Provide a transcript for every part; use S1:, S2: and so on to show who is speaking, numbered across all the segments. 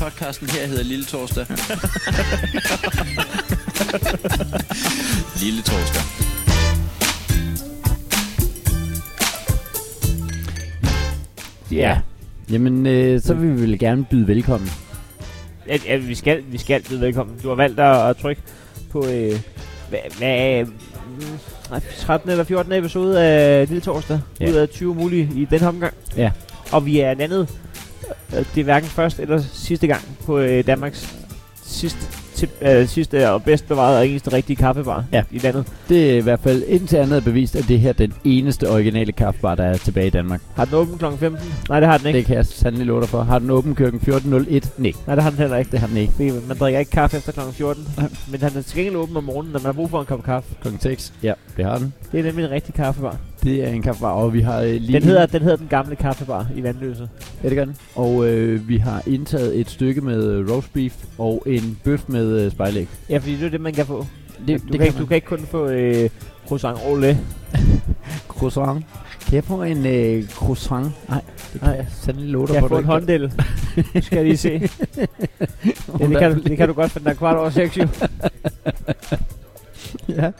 S1: Podcasten her hedder Lille Torsdag. Lille Torsdag.
S2: Ja.
S3: Jamen, øh, så vil vi vel gerne byde velkommen.
S2: ja. ja vi, skal, vi skal byde velkommen. Du har valgt at, at trykke på... Øh, hvad, hvad, mm, nej, 13. eller 14. episode af Lille Torsdag.
S3: Ja.
S2: Ja. Ud af 20 mulige i den her omgang.
S3: Ja.
S2: Og vi er landet. øh, Det er hverken første eller sidste gang på øh, Danmarks sidste, tip, øh, sidste og bedst bevarede og eneste rigtige kaffebar
S3: Ja.
S2: i landet.
S3: Det er i hvert fald indtil andet er bevist, at det her er den eneste originale kaffebar, der er tilbage i Danmark.
S2: Har den åben kl. 15? Nej, det har den ikke.
S3: Det kan jeg sandelig love dig for. Har den åben køkken 14.01? Nej,
S2: Nej, det har den heller ikke.
S3: det har den ikke.
S2: Fordi Man drikker ikke kaffe efter kl. 14, men han er til gengæld åben om morgenen, når man har brug for en kop kaffe.
S3: Klokken 6? Ja, det har den.
S2: Det er nemlig en rigtig kaffebar.
S3: Det er en kaffebar, og vi har øh, lige...
S2: Den hedder, den hedder den gamle kaffebar i Vandløse.
S3: Ja, det gør den. Og øh, vi har indtaget et stykke med øh, roast beef og en bøf med øh, spejlæg.
S2: Ja, fordi det er det, man kan få.
S3: Det,
S2: du, kan ikke, du kan ikke kun få øh, croissant au lait.
S3: Croissant. Kan jeg få en øh, croissant? Nej, det kan
S2: Nej.
S3: jeg sandelig love dig
S2: Jeg
S3: for.
S2: får en hånddel. Nu skal jeg lige se. Ja, det, kan, det kan du godt, for den er kvart over seks, jo.
S3: ja.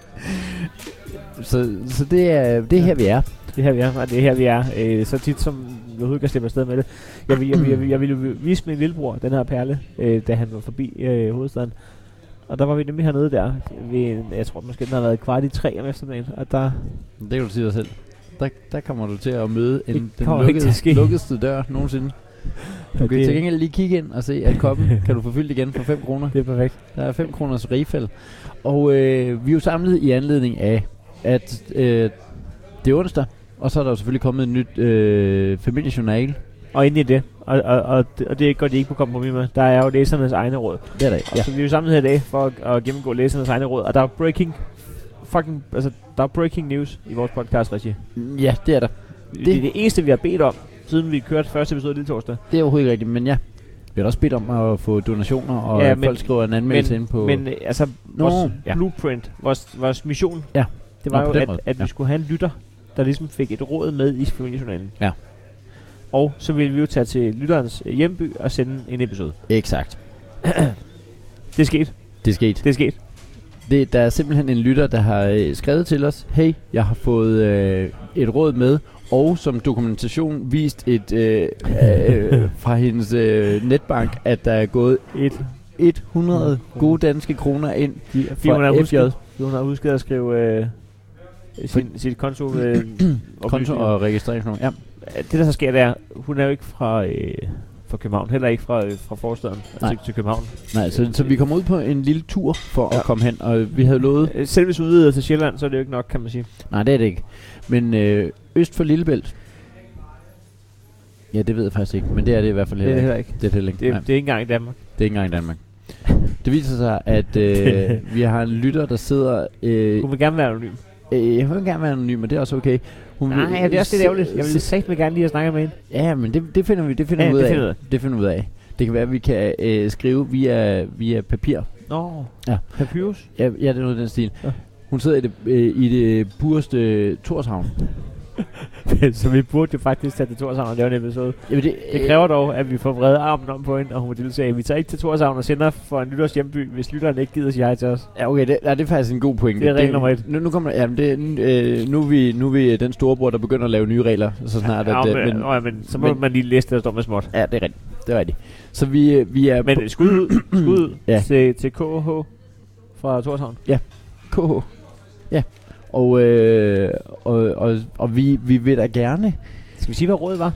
S3: Så, så det er det er her, vi er.
S2: Det her vi er, og det er her vi er. Øh, så tit som jeg overhovedet kan slippe afsted med det. Jeg, vil, jeg, vil, jeg, vil, jeg ville jo vise min lillebror den her perle, øh, da han var forbi øh, hovedstaden. Og der var vi nemlig hernede der. Ved, en- jeg tror måske, den har været kvart i tre om eftermiddagen. Og der,
S3: Det kan du sige dig selv. Der, der kommer du til at møde
S2: Det
S3: en, den
S2: kommer ikke til at
S3: lukkede,
S2: ske.
S3: lukkeste dør nogensinde. Du kan
S2: det,
S3: til gengæld lige kigge ind og se, at koppen kan du få fyldt igen for 5 kroner.
S2: det er perfekt.
S3: Der er 5 kroners rigfæld. Og øh, vi er jo samlet i anledning af, at øh, det er onsdag, og så er der jo selvfølgelig kommet et nyt øh, familiejournal.
S2: Og ind i det. Og, og, og, det- og det går de ikke på kompromis med. Der er jo læsernes egne råd.
S3: Det er der
S2: Ja.
S3: ja.
S2: Så vi er jo samlet her i dag for at, at gennemgå læsernes egne råd. Og der er breaking fucking, altså, der er breaking news i vores podcast, Regi.
S3: ja, det er der.
S2: Det, det er det eneste, vi har bedt om, siden vi kørte første episode lille torsdag.
S3: Det er overhovedet ikke rigtigt, men ja. Vi har da også bedt om at få donationer, og
S2: Ja,
S3: ja, men,
S2: men-
S3: folk skriver en anmeldelse ind på...
S2: Men øh, altså,
S3: Nå,
S2: vores
S3: ja.
S2: ja. blueprint, vores, vores mission,
S3: Ja.
S2: det
S3: Nå,
S2: var
S3: på
S2: jo,
S3: den
S2: at,
S3: måde,
S2: at vi
S3: ja.
S2: skulle have en lytter, der ligesom fik et råd med i familiejournalen.
S3: Ja.
S2: Og så ville vi jo tage til lytterens øh, hjemby og sende en episode.
S3: Exakt.
S2: Det skete.
S3: Det er sket.
S2: Det skete.
S3: Det, der er simpelthen en lytter, der har øh, skrevet til os, hey, jeg har fået øh, et råd med, og som dokumentation vist et øh, øh, fra hendes øh, netbank, at der er gået
S2: Et.
S3: 100 gode danske kroner ind
S2: De, fordi
S3: fra
S2: hun har,
S3: FJ.
S2: husket, fordi hun har husket at skrive øh, sin, sit konto. Øh,
S3: konto
S2: oplysninger.
S3: og registreringsnummer. Ja,
S2: det der så sker, det er, hun er jo ikke fra, øh, fra København, heller ikke fra, øh, fra forstaden
S3: Nej.
S2: til, til København.
S3: nej, så, så vi kom ud på en lille tur for ja.
S2: Ja.
S3: at komme hen, og vi havde lovet...
S2: Øh, Selv hvis hun udvider til Sjælland, så er det jo ikke nok, kan man sige.
S3: Nej, det er det ikke. Men øh, øst for Lillebælt... Ja, det ved jeg faktisk ikke, men det er det i hvert fald
S2: Det er
S3: heller
S2: det
S3: ikke.
S2: heller ikke.
S3: Det er det heller ikke.
S2: Øh, Det,
S3: Nej.
S2: det er ikke engang i Danmark.
S3: Det er ikke engang i Danmark. Det viser sig, at øh, vi har en lytter, der sidder... Øh,
S2: Hun vil gerne være anonym.
S3: øh, hun vil gerne være anonym, og det er også okay. Hun vil-
S2: Nej, det er også lidt ærgerligt. Jeg ville sagt mig gerne lige at snakke med hende.
S3: Ja, men det, det finder vi det finder
S2: Ja,
S3: vi ud
S2: det
S3: af.
S2: finder vi ud
S3: det finder vi ud af. Det kan være, at vi kan øh, skrive via, via papir.
S2: Nå,
S3: Ja.
S2: Papyrus.
S3: Ja, ja, det er noget i den stil.
S2: Ja.
S3: Hun sidder i det, øh, i det burste Torshavn.
S2: så vi burde jo faktisk tage til Torshavn og lave en episode.
S3: Jamen, det,
S2: Det kræver dog, at vi får vredet armen om på hende, og hun må deltage. Vi tager ikke til Torshavn og sender for en lytters hjemby, hvis lytteren ikke gider sige hej til os.
S3: øh, Ja, okay, det, nej, det er faktisk en god pointe.
S2: Det er regel nummer et.
S3: Nu, nu, kommer, jamen, det, er- øh, nu, er vi, nu er vi den store bror, der begynder at lave nye regler, så snart
S2: Ja,
S3: at...
S2: men,
S3: øh,
S2: men, øh, men, så må
S3: men-
S2: men, man lige læse det, der står med småt.
S3: Ja, det er rigtigt. Det er rigtigt. Så vi, øh, vi er
S2: Men øh, skud ud, skud ud
S3: Ja.
S2: ja. til, til KH fra Torshavn. øh,
S3: KH. Ja. Og, øh, og, og, og vi, vi vil da gerne...
S2: Skal vi sige, hvad rådet var?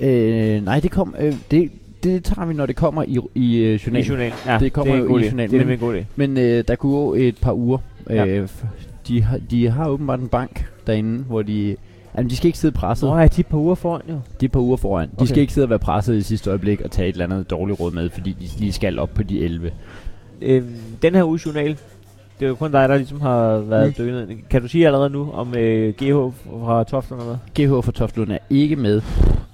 S3: Øh, nej, det, kom, øh, det, det tager vi, når det kommer i, i øh,
S2: I
S3: journalen.
S2: journalen. Ja,
S3: Det kommer
S2: det er en
S3: jo
S2: god
S3: i
S2: idé.
S3: journalen,
S2: Det er
S3: men-
S2: nemlig en god idé.
S3: Men øh, der kunne gå et par uger. Øh,
S2: Ja.
S3: f- de, har, de har åbenbart en bank derinde, hvor de... Jamen, de skal ikke sidde presset.
S2: Nå ja, de er et par uger foran jo.
S3: De er et par uger foran. De
S2: Okay.
S3: skal ikke sidde og være presset i sidste øjeblik og tage et eller andet dårligt råd med, fordi de lige skal op på de 11.
S2: Øhm, den her uges journal, det er jo kun dig, der ligesom har været
S3: Mm.
S2: mm. dykket ned. Kan du sige allerede nu, om øh, GH fra Toftlund eller hvad?
S3: GH for Toftlund er ikke med.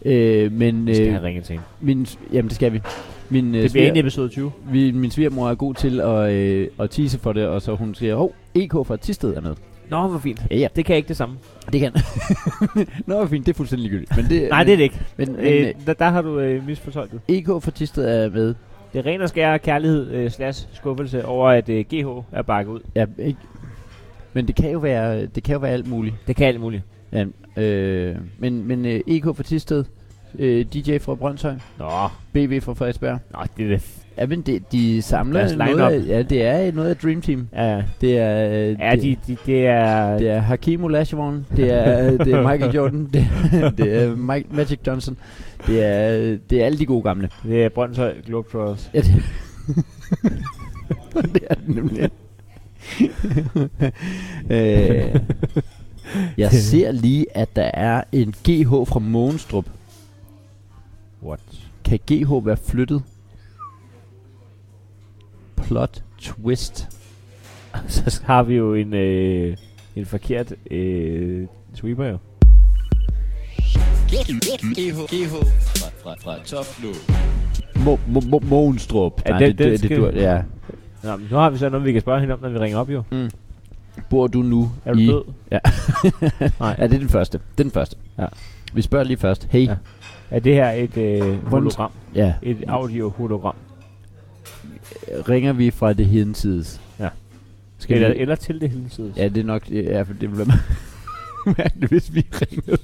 S3: Øh, men
S2: Vi skal
S3: øh,
S2: have ringet til hende.
S3: min, jamen det skal vi. Min, øh,
S2: Det bliver
S3: sviger-
S2: inden episode 20.
S3: vi, min svigermor er god til at, øh, at tease for det, og så hun siger, hov, EK fra Tisted er med.
S2: Nå, hvor fint.
S3: Ja, ja,
S2: Det kan ikke det samme.
S3: det kan. Nå, hvor fint, det er fuldstændig ligegyldigt. Øh, Men det,
S2: Nej, det er det ikke.
S3: Men, men øh,
S2: Øh, der, der har du øh, misfortolket.
S3: EK fra Tisted er med.
S2: Det er ren og skær kærlighed øh, slash skuffelse over, at øh, GH er bakket ud.
S3: Ja, ikke. Men det kan jo være, det kan jo være alt muligt.
S2: Det kan alt muligt.
S3: Ja, øh, men men øh, EK fra Tisted, øh, DJ fra Brøndshøj,
S2: Nå,
S3: BV fra Frederiksberg.
S2: nå det er det.
S3: Ja, men det, de samler
S2: Deres
S3: noget
S2: lineup.
S3: af, ja, det er noget af Dream Team.
S2: Ja, ja.
S3: Det er, øh,
S2: ja de, de, det er...
S3: Det er Hakim Olajuwon, det er, øh, det er Michael Jordan, det, er- det er Mike Magic Johnson, det er, øh, det er alle de gode gamle.
S2: Det er Brøndshøj Globetrotters.
S3: Ja, det, det er det nemlig. øh, jeg ser lige, at der er en GH fra Månstrup.
S2: What?
S3: Kan GH være flyttet? Plot twist.
S2: Så har vi jo en, øh, en forkert øh, sweeper jo.
S1: GH, GH fra, fra, fra Topflod.
S3: Mo, mo, mo, Månstrup.
S2: Ja,
S3: Nej,
S2: den-
S3: det,
S2: den
S3: det, det,
S2: skal-
S3: det, ja.
S2: Nå, men nu har vi så noget, vi kan spørge hende om, når vi ringer op jo.
S3: Bor du nu
S2: Er du
S3: i...
S2: død?
S3: Ja.
S2: Nej.
S3: Ja, det er den første. Det er den første.
S2: Ja.
S3: Vi spørger lige først. Hey.
S2: Ja. Er det her et øh, hologram?
S3: ja.
S2: Et audio-hologram?
S3: Ringer vi fra det hinsides?
S2: Ja.
S3: Skal
S2: Eller,
S3: eller, vi...
S2: eller til det hele tiden?
S3: Ja, det er nok... Ja, for det bliver mærkeligt, hvis vi ringer.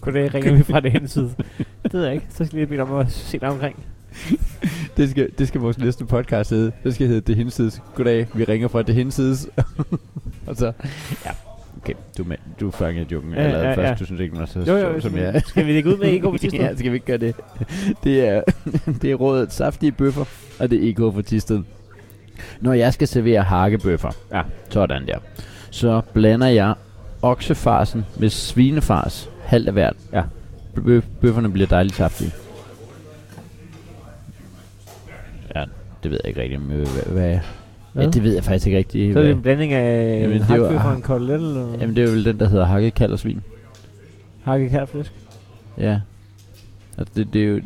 S2: Goddag, ringer vi fra den anden side. det ved jeg ikke. Så skal jeg lige bede om at se dig omkring.
S3: Det skal, det skal vores næste podcast hedde. Det skal hedde det hinsides. Goddag, vi ringer fra det hinsides. og så... Ja. Okay, du, er med, du fangede joken.
S2: Ja,
S3: Ja, ja,
S2: ja,
S3: først.
S2: ja.
S3: Du synes ikke, den var så
S2: Jo, jo,
S3: sjov, som jeg er.
S2: Skal vi lægge ud med EK på Tisted?
S3: ja, skal vi ikke gøre det? Det er, det er rådet saftige bøffer, og det er EK for Tisted. Når jeg skal servere hakkebøffer,
S2: Ja.
S3: sådan der, så blander jeg oksefarsen med svinefars, halvt af hvert.
S2: Ja.
S3: Bøf, bøfferne bliver dejligt saftige. Ja, det ved jeg ikke rigtigt. men Hvad, hvad,
S2: Hvad?
S3: Ja, det ved jeg faktisk ikke rigtigt.
S2: Så er det
S3: hvad-
S2: en blanding af
S3: Jamen,
S2: Jamen,
S3: det er jo-
S2: hakbøf og en kotelet, eller Jamen.
S3: Jamen, det er vel den, der hedder hakkekald og svin.
S2: hakket kærflæsk.
S3: Ja. Altså, det, det er jo...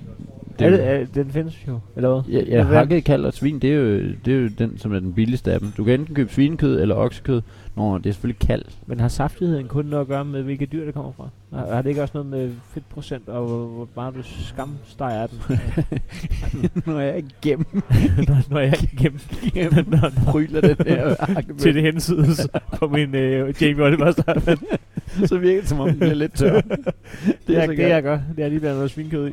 S2: Er det, er, den findes jo, eller hvad?
S3: Ja, ja
S2: Eller hvad?
S3: hakket kald og svin, det er, jo, det er jo den, som er den billigste af dem. Du kan enten købe svinekød eller oksekød. Nå, det er selvfølgelig kald.
S2: Men har saftigheden kun noget at gøre med, hvilke dyr, der kommer fra? Har, har det ikke også noget med fedtprocent, og hvor, hvor meget du skamsteger den?
S3: Når jeg ikke gennem
S2: når, når jeg gennem, når,
S3: pryler den der
S2: til
S3: hakkebøf,
S2: det hensides på min øh, Jamie Oliver Starman.
S3: så virker det, som om den bliver lidt tør.
S2: Det, er,
S3: så
S2: det jeg gør, det er lige blandt noget svinkød i.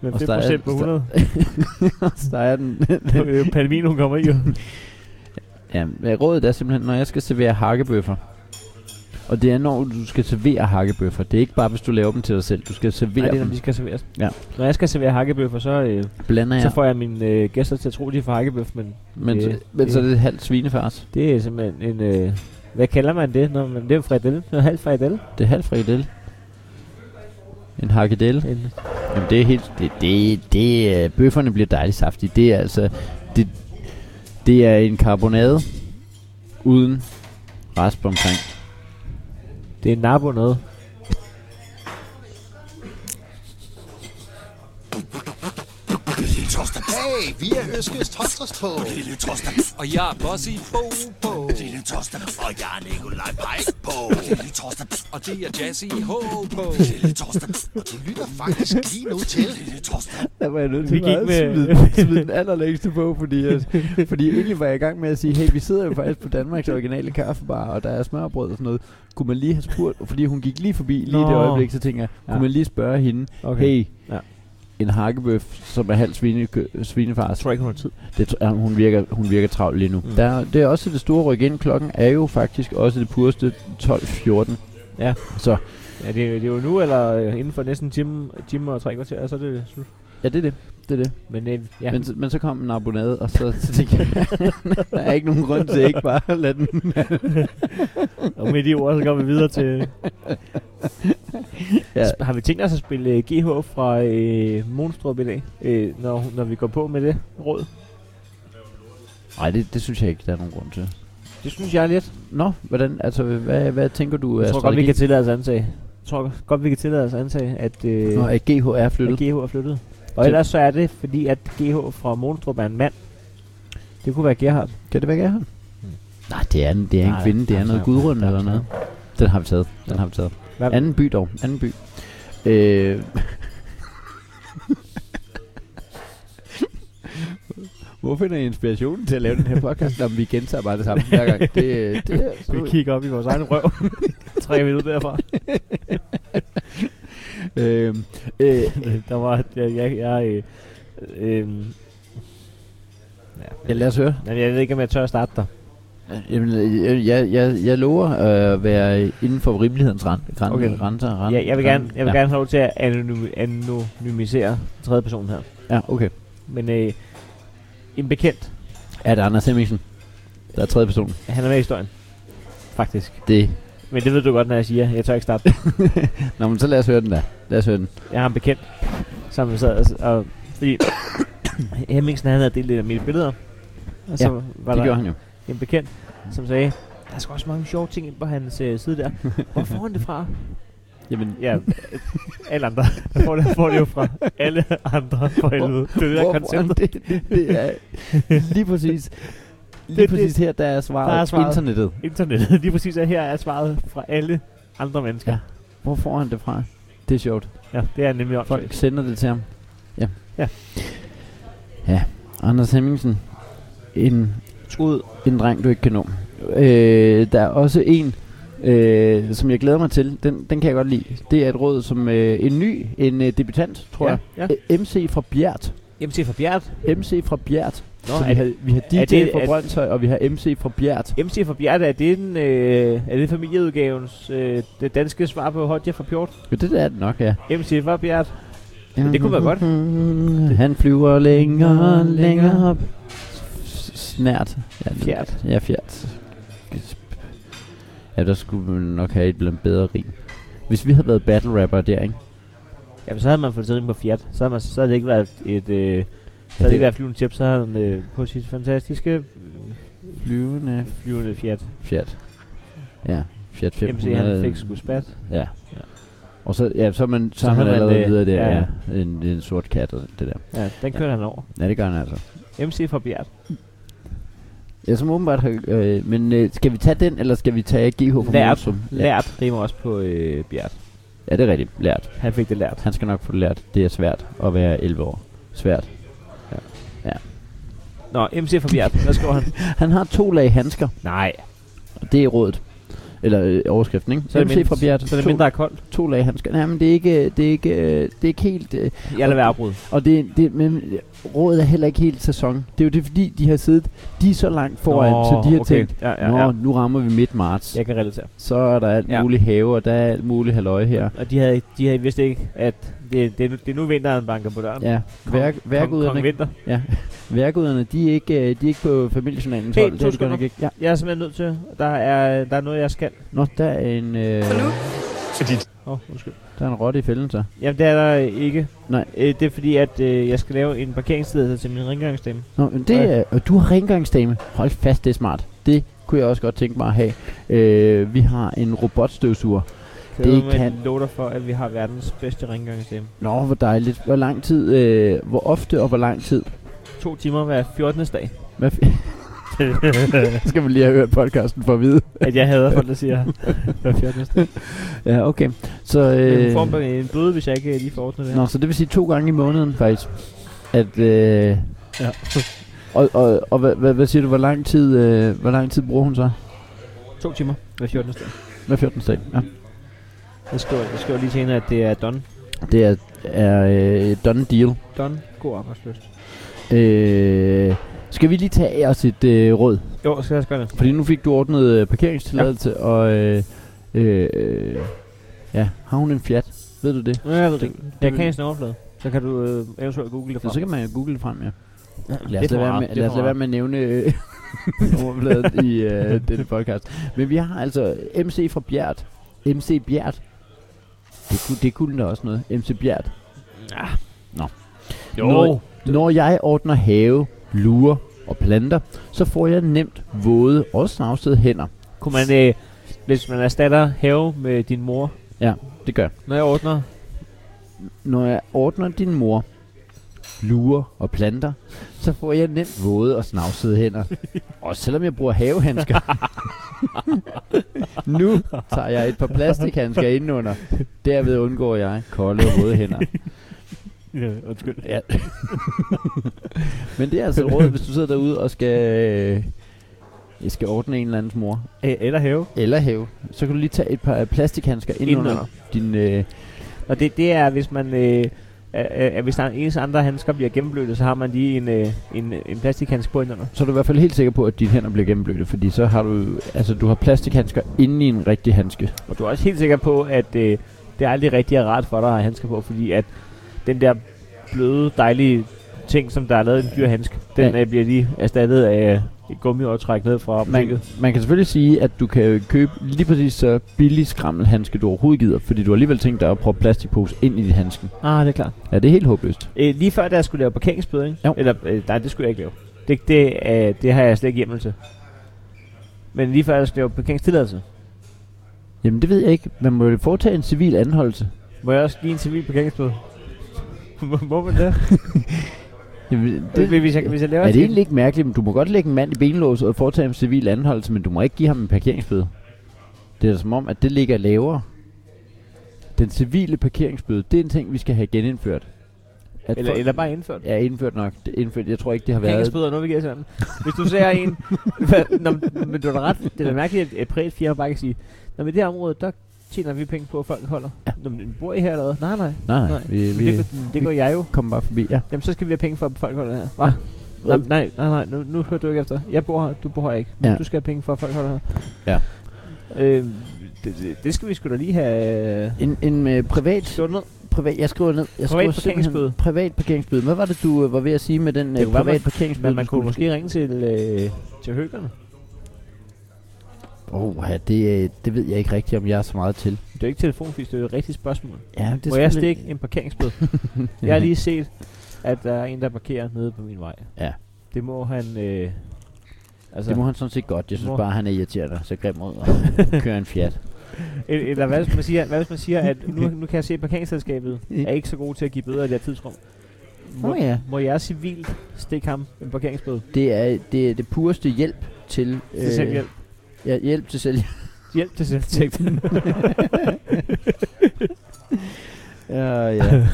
S2: Men
S3: Og steger-
S2: 5% på 100.
S3: godt. Der er den.
S2: Det er jo pandemien, hun kommer i. jo.
S3: ja, men rådet er simpelthen, når jeg skal servere hakkebøffer, og det er, når du skal servere hakkebøffer. Det er ikke bare, hvis du laver dem til dig selv. Du skal servere
S2: Nej, det er,
S3: dem.
S2: når de skal serveres.
S3: Ja.
S2: Når jeg skal servere hakkebøffer, så, øh,
S3: Blander
S2: ja. så
S3: jeg.
S2: får jeg mine øh, gæster til at tro, de får hakkebøf, men
S3: Men, så,
S2: det-
S3: men så er
S2: det-
S3: det halvt svinefars.
S2: det er simpelthen en... Øh, hvad kalder man det? Når man, det er jo fredelle. Det er halv fredelle.
S3: Det er halv frikadelle. En hakkedel.
S2: En,
S3: Jamen det er helt... Det, det, det, øh, bøfferne bliver dejligt saftige. Det er altså... Det, det er en karbonade uden rasp omkring.
S2: det er en nabo noget.
S4: Hey, vi er Høskes Tostres på. Lille Toster.
S1: Og jeg er Bossy Bo på.
S4: Lille Toster. Og jeg er Nikolaj Pej på. Lille Toster.
S1: Og det er Jazzy H på.
S4: Lille Toster. Og du lytter faktisk lige nu til. Lille Toster.
S3: Der var jeg nødt
S2: Vi
S3: til
S2: gik
S3: bare at
S2: med-
S3: smide, smide den allerlængste på, fordi, jeg, fordi egentlig var jeg i gang med at sige, hey, vi sidder jo faktisk på Danmarks originale kaffebar, og der er smørbrød og sådan noget. Kunne man lige have spurgt, fordi hun gik lige forbi lige Nå. det
S2: Nå.
S3: øjeblik, så tænker jeg, kunne
S2: Ja.
S3: man lige spørge hende, okay. hey,
S2: Ja.
S3: en hakkebøf, som er halv svine, svinefars,
S2: tror ikke, hun har tid.
S3: Det, tr- ja, hun, virker, hun virker travl lige nu. Mm.
S2: Mm.
S3: Der, det er også det store ryk ind. Klokken er jo faktisk også det pureste 12.14.
S2: Ja.
S3: Så
S2: Ja, det, er jo- det er jo nu, eller øh, inden for næsten en time, time og tre kvarter, så er det slut.
S3: ja, det er det. Det er det.
S2: Men øh,
S3: Ja.
S2: ja,
S3: Men, så- men så kom en abonnade, og så, så tænkte jeg, der er ikke nogen grund til ikke bare at lade den.
S2: og med de ord, så går vi videre til...
S3: Ja.
S2: ja. Har vi tænkt os at spille øh, GH fra øh, Monstrup i dag, øh, når, hun- når vi går på med det råd?
S3: Nej, det, det synes jeg ikke, der er nogen grund til.
S2: Det synes jeg er lidt.
S3: Nå, hvordan, altså, hvad, hvad tænker du
S2: Jeg
S3: af
S2: tror godt, vi
S3: strategi?
S2: kan tillade os at antage. Jeg tror godt, vi kan tillade os at antage, at, øh,
S3: Nå, at GH er
S2: at
S3: flyttet.
S2: GH er flyttet. Og
S3: Til-
S2: ellers så er det, fordi at GH fra Monstrup er en mand. Det kunne være Gerhard.
S3: Kan det være Gerhard? Nej, det er, en- det er en
S2: Nej,
S3: kvinde. Det
S2: nej,
S3: er noget
S2: nej,
S3: gudrund
S2: nej,
S3: eller
S2: nej.
S3: noget. Den har vi taget. Den
S2: Ja.
S3: har vi taget.
S2: Hvad,
S3: Anden by dog. Anden by. Øh. Hvor finder I inspirationen til at lave den her podcast? Når vi gentager bare det samme hver gang. Det, det, det,
S2: Vi kigger op i vores egen røv. Tre minutter derfra.
S3: Øhm, øh,
S2: der var... Jeg, jeg, jeg, øh, øh,
S3: ja, lad os høre.
S2: jamen, jeg ved ikke, om jeg tør at starte dig.
S3: Jamen, øh, jeg, jeg, jeg lover øh, at være inden for rimelighedens rand, grænser.
S2: Okay.
S3: grænser rand,
S2: Jeg, jeg vil gerne, jeg vil
S3: ja.
S2: gerne have lov til at anonym, anonymisere tredje person her.
S3: Ja, okay.
S2: Men øh, en bekendt,
S3: Er det Anders Hemmingsen? Der er tredje person.
S2: han er med i historien. Faktisk.
S3: Det.
S2: Men det ved du godt, når jeg siger, jeg tør ikke starte.
S3: Nå, men så lad os høre den der. Lad os høre den.
S2: Jeg har en bekendt, som sad og... og fordi Hemmingsen, han havde delt lidt af mine billeder. Og så var
S3: Var det
S2: der
S3: gjorde han jo.
S2: en bekendt, som sagde, der er sgu også mange sjove ting ind på hans øh, side der. Hvor får han det fra?
S3: Jamen,
S2: Ja, øh, alle andre. Jeg får det, jeg får det jo fra alle andre for helvede. Det er det der
S3: Hvor-
S2: koncept.
S3: Det, det, det er lige præcis, lige
S2: det-
S3: præcis her, der er svaret.
S2: der er svaret.
S3: Internettet.
S2: Internettet, lige præcis, at her er svaret fra alle andre mennesker.
S3: Ja. Hvor får han det fra? Det er sjovt.
S2: Ja, det er nemlig
S3: Folk
S2: åndssvagt.
S3: sender det til ham. Ja.
S2: Ja.
S3: Ja. Anders Hemmingsen. En,
S2: Skud.
S3: en dreng, du ikke kan nå. Øh, der er også en, øh, som jeg glæder mig til. Den, den kan jeg godt lide. Det er et råd som øh, en ny, en øh, debutant, tror
S2: Ja,
S3: jeg. Ja. Øh. MC fra Bjert.
S2: Jamen til for Bjert.
S3: MC fra Bjert.
S2: Nå,
S3: så vi,
S2: er-
S3: har, vi har DJ
S2: er det-
S3: fra
S2: er-
S3: Brøndshøj, og vi har MC fra Bjert.
S2: MC for Bjert, er det, den, øh, er det familieudgavens øh, det danske svar på Hodja fra Pjort?
S3: Jo, det der er det nok, ja.
S2: MC for Bjert. Men det kunne være godt.
S3: Han flyver længere og længere op. S- Snært. Ja, det-
S2: Fjert.
S3: Ja, fjert. Ja, der skulle man nok have et eller andet bedre rim. Hvis vi havde været battle rapper der, ikke?
S2: Jamen så havde man fået sætning på Fiat. Så havde, man, så havde det ikke været et... Øh, så havde det ikke været flyvende chip, så havde han øh, på sit fantastiske øh,
S3: Flyvende
S2: flyvende Fiat.
S3: fjert. Ja, fjert
S2: MC han
S3: 500.
S2: fik sgu spat.
S3: Ja.
S2: Ja.
S3: Og så, ja, så er man, så
S2: Så
S3: er man
S2: havde man
S3: allerede
S2: det.
S3: videre der.
S2: Ja.
S3: Ja. En, en sort kat og det der.
S2: Ja, den kørte han over.
S3: Ja, det gør han altså.
S2: MC for Bjert.
S3: Ja, som åbenbart har... Øh, men øh, skal vi tage den, eller skal vi tage GH fra
S2: Lært.
S3: Morsum? Ja.
S2: Lært rimer også på øh, Bjert.
S3: ja, det er rigtigt. Lært.
S2: Han fik det lært.
S3: Han skal nok få det lært. Det er svært at være 11 år. Svært.
S2: Nå, MC for Bjert. Hvad skriver han?
S3: Han har to lag handsker.
S2: Nej.
S3: og Det er rådet. Eller øh, overskriften, ikke?
S2: Så er det,
S3: MC
S2: mindre,
S3: fra Bjert.
S2: så er det
S3: to,
S2: mindre er koldt.
S3: to lag handsker. Nej, men det er ikke, øh, det er ikke, øh, det er ikke helt... Øh,
S2: Jeg lader være afbrud.
S3: og det, det, men øh, rådet er heller ikke helt sæson. Det er jo det, fordi de har siddet... De er så langt foran,
S2: Nå,
S3: så de har
S2: okay.
S3: tænkt...
S2: Ja, ja,
S3: Nå,
S2: ja.
S3: nu rammer vi midt marts.
S2: Jeg kan relatere.
S3: Så er der alt
S2: Ja.
S3: muligt have, og der er alt muligt halløj her.
S2: Og de havde, de havde vidst ikke, at det, det, er nu, det er nu vinteren banker på døren.
S3: Ja, værk,
S2: Kong,
S3: værkuderne
S2: Kong Vinter.
S3: Ja, værkuderne, de er ikke, øh, de er ikke på familiejournalens
S2: Hey,
S3: hold.
S2: to
S3: det er de godt
S2: sekunder.
S3: nok ikke. Ja.
S2: Jeg er simpelthen nødt til, der er, der er noget, jeg skal.
S3: Nå, der er en, øh,
S2: Åh, oh, undskyld.
S3: der er en rotte i fælden, så.
S2: Jamen, det er der ikke.
S3: Nej.
S2: Øh, det er fordi, at øh, jeg skal lave en parkeringstilladelse til min rengøringsdame.
S3: Nå, men det er, og du har rengøringsdame. Hold fast, det er smart. Det kunne jeg også godt tænke mig at have. Øh, vi har en robotstøvsuger. Det kan-
S2: Jeg love dig for, at vi har verdens bedste rengøringsdame.
S3: Nå, hvor dejligt. Hvor lang tid, øh, hvor ofte og hvor lang tid?
S2: To timer hver 14. dag.
S3: Hvad f- skal man lige have hørt podcasten for at vide?
S2: at jeg hader folk, der siger hver 14. dag.
S3: Ja, okay. Så,
S2: Jeg
S3: øh,
S2: får en- en bøde, hvis jeg ikke øh, lige får ordnet det her.
S3: Nå, så det vil sige to gange i måneden faktisk. At, øh,
S2: Ja.
S3: og, og, og hvad, hvad, hvad siger du, hvor lang tid, øh, hvor lang tid bruger hun så?
S2: To timer hver 14. dag.
S3: Hver 14. dag. Ja.
S2: Jeg skriver, jeg skriver lige til hende, at det er done.
S3: Det er, er øh, done deal.
S2: Done. God arbejdsløst.
S3: Øh, skal vi lige tage af os et øh, råd?
S2: Jo, skal jeg skrive det.
S3: Fordi nu fik du ordnet øh, parkeringstilladelse, ja. og øh, øh, øh, ja, har hun en fjat? Ved du det?
S2: Ja, jeg ved det.
S3: Det-
S2: Jeg kan i sin overflade. Så kan du øh, eventuelt google det
S3: Ja,
S2: fra.
S3: så kan man jo google det frem, ja. Lad
S2: Det
S3: os
S2: er
S3: lade
S2: for
S3: være
S2: rart.
S3: med,
S2: Det er
S3: lad os
S2: for
S3: lade være
S2: rart.
S3: med at nævne øh, nummerpladen i øh, denne podcast. Men vi har altså MC fra Bjert. MC Bjert. Det kunne, det kunne da også noget. MC Bjert.
S2: Ah.
S3: Nå.
S2: Jo.
S3: Når, når jeg ordner have, lurer og planter, så får jeg nemt våde og snavsede hænder.
S2: Kunne man, øh, hvis man erstatter have med din mor,
S3: Det gør jeg.
S2: når jeg ordner,
S3: Når jeg ordner din mor, lurer og planter, så får jeg nemt våde og snavsede hænder. Og selvom jeg bruger havehandsker. nu tager jeg et par plastikhandsker indenunder. Derved undgår jeg kolde og våde hænder.
S2: Ja, undskyld.
S3: Ja. Men det er altså et råd, hvis du sidder derude og skal, øh, jeg skal ordne en eller andens mor.
S2: E- eller have.
S3: Eller have. Så kan du lige tage et par plastikhandsker indenunder
S2: Indenunder.
S3: din... Øh,
S2: Og det, det er, hvis man... Øh, er, er, er- hvis der er ens andre handsker bliver gennemblødte, så har man lige en, øh, en, en plastikhandske på indenunder.
S3: så er du i hvert fald helt sikker på, at dine hænder bliver gennemblødte, fordi så har du, altså, du har plastikhandsker inde i en rigtig handske.
S2: Og du er også helt sikker på, at øh, det er aldrig rigtig rart for dig at have handsker på, fordi at den der bløde, dejlige ting, som der er lavet i en dyr handske, den
S3: Ja.
S2: øh, bliver lige erstattet af øh, et gummiovertræk ned fra
S3: Man,
S2: apoteket.
S3: man kan selvfølgelig sige, at du kan købe lige præcis så billig skrammelhandske, du overhovedet gider, fordi du har alligevel tænkt dig at proppe plastikpose ind i dit handsken.
S2: Ah, det er klart.
S3: Ja, det er helt håbløst.
S2: Øh, lige før, da jeg skulle lave parkeringsbøde, ikke?
S3: Jo.
S2: Eller, øh, nej, det skulle jeg ikke lave. Det, det, øh, det har jeg slet ikke hjemmel til. Men lige før, jeg skulle lave parkeringstilladelse,
S3: Jamen, det ved jeg ikke. Man må jo foretage en civil anholdelse.
S2: må jeg også give en civil parkeringsbøde? Må- må man det?
S3: Jamen,
S2: det hvis, jeg, hvis jeg laver
S3: Er det
S2: en-
S3: egentlig ikke mærkeligt? Men Du må godt lægge en mand i benlås og foretage en civil anholdelse, men du må ikke give ham en parkeringsbøde. Det er da som om, at det ligger lavere. Den civile parkeringsbøde, det er en ting, vi skal have genindført. At
S2: Eller,
S3: folk-
S2: eller bare indført?
S3: Ja, indført nok. Det er indført. Jeg tror ikke, det har været...
S2: Parkeringsbøder, nu vi giver sådan. Hvis du ser en... Hva- Nå, men- men du har da ret. Det er da mærkeligt, at et privat firma bare kan sige, Nå, men i det her område, der tjener vi penge på, at folk holder. Ja. Nå, men bor I her eller hvad? Nej, nej.
S3: Nej, nej.
S2: Nej,
S3: Vi,
S2: Men det,
S3: vi
S2: gør- det gør jeg jo.
S3: kom bare forbi. Ja.
S2: Jamen, så skal vi have penge for, at folk holder her. Hva? Nej, nej, nej, nej nu, nu hører du ikke efter. Jeg bor her, du bor her ikke.
S3: Ja.
S2: Ja. Du skal have penge for, at folk holder her.
S3: Ja.
S2: Øh, det, det, det skal vi sgu da lige have...
S3: En, en øh, privat,
S2: Stået ned.
S3: privat... Jeg skriver ned. Jeg skriver
S2: Privat
S3: simpelthen
S2: parkeringsbøde.
S3: Privat parkeringsbøde. Hvad var det, du øh, var ved at sige med den
S2: Det
S3: øh,
S2: kunne være,
S3: privat
S2: man-
S3: parkeringsbøde?
S2: Men man
S3: du
S2: kunne
S3: skulle-
S2: måske ringe til, øh, til høgerne.
S3: Åh, ja, det, øh, det ved jeg ikke rigtigt, om jeg er så meget til.
S2: Det er jo ikke telefonfisk, det er jo et rigtigt spørgsmål.
S3: Ja, det
S2: Må jeg stikke en parkeringsbød? jeg har lige set, at der er en, der parkerer nede på min vej.
S3: Ja.
S2: Det må han... Øh, altså,
S3: Det må han sådan set godt. Jeg synes
S2: Mor.
S3: bare, han er irriterende. Så grim ud og kører en fjat.
S2: el- eller hvad hvis man siger, hvad hvis man siger at nu, nu kan jeg se, at parkeringsselskabet er ikke så god til at give bøder i det her tidsrum. Må,
S3: Åh ja.
S2: må jeg civilt stikke ham en parkeringsbøde?
S3: Det er det, er det pureste hjælp til...
S2: Øh. Til selvhjælp.
S3: Ja, hjælp til selv.
S2: Hjælp til selvtægt.
S3: ja, ja.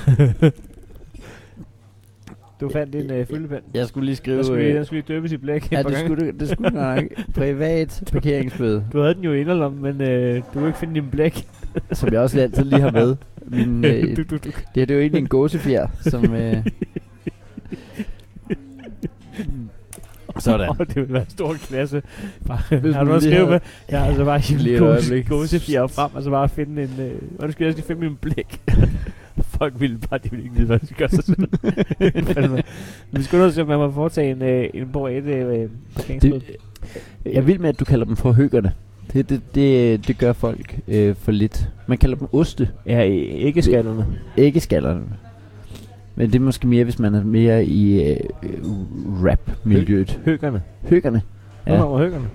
S2: Du fandt en øh, fyldepind.
S3: Jeg skulle lige skrive...
S2: Den skulle, lige-
S3: øh,
S2: den skulle lige døbes i blæk
S3: Ja,
S2: et par
S3: det
S2: gange.
S3: skulle, du- det skulle du nok. Privat parkeringsbøde,
S2: Du havde den jo i inderlommen, men øh, du kunne ikke finde din blæk.
S3: som jeg også altid lige har med. Min, øh,
S2: du, du, du.
S3: det her det er jo egentlig en gåsefjer, som... Øh, sådan.
S2: Åh, det ville være en stor klasse. Bare,
S3: Hvis
S2: har
S3: man
S2: du noget at
S3: lige
S2: skrive
S3: havde-
S2: med? Ja, altså bare
S3: Lige
S2: hive
S3: et øjeblik.
S2: gåse- gåsefjer frem, og så bare finde en... Øh, hvad du skal, jeg skal finde min blik. Folk ville bare, de ville ikke vide, hvad de gør sig selv. Fandme. Vi skulle nødt til, at man må foretage en, øh, en privat øh, parkeringsbøde.
S3: Det, jeg er vild med, at du kalder dem for høggerne. Det, det, det, det gør folk øh, for lidt. Man kalder dem oste.
S2: Ja, ikke skallerne.
S3: Ikke skallerne. Men det er måske mere, hvis man er mere i øh, øh, rap-miljøet.
S2: Høgerne.
S3: Høggerne.
S2: Nu
S3: Ja.
S2: kommer høgerne.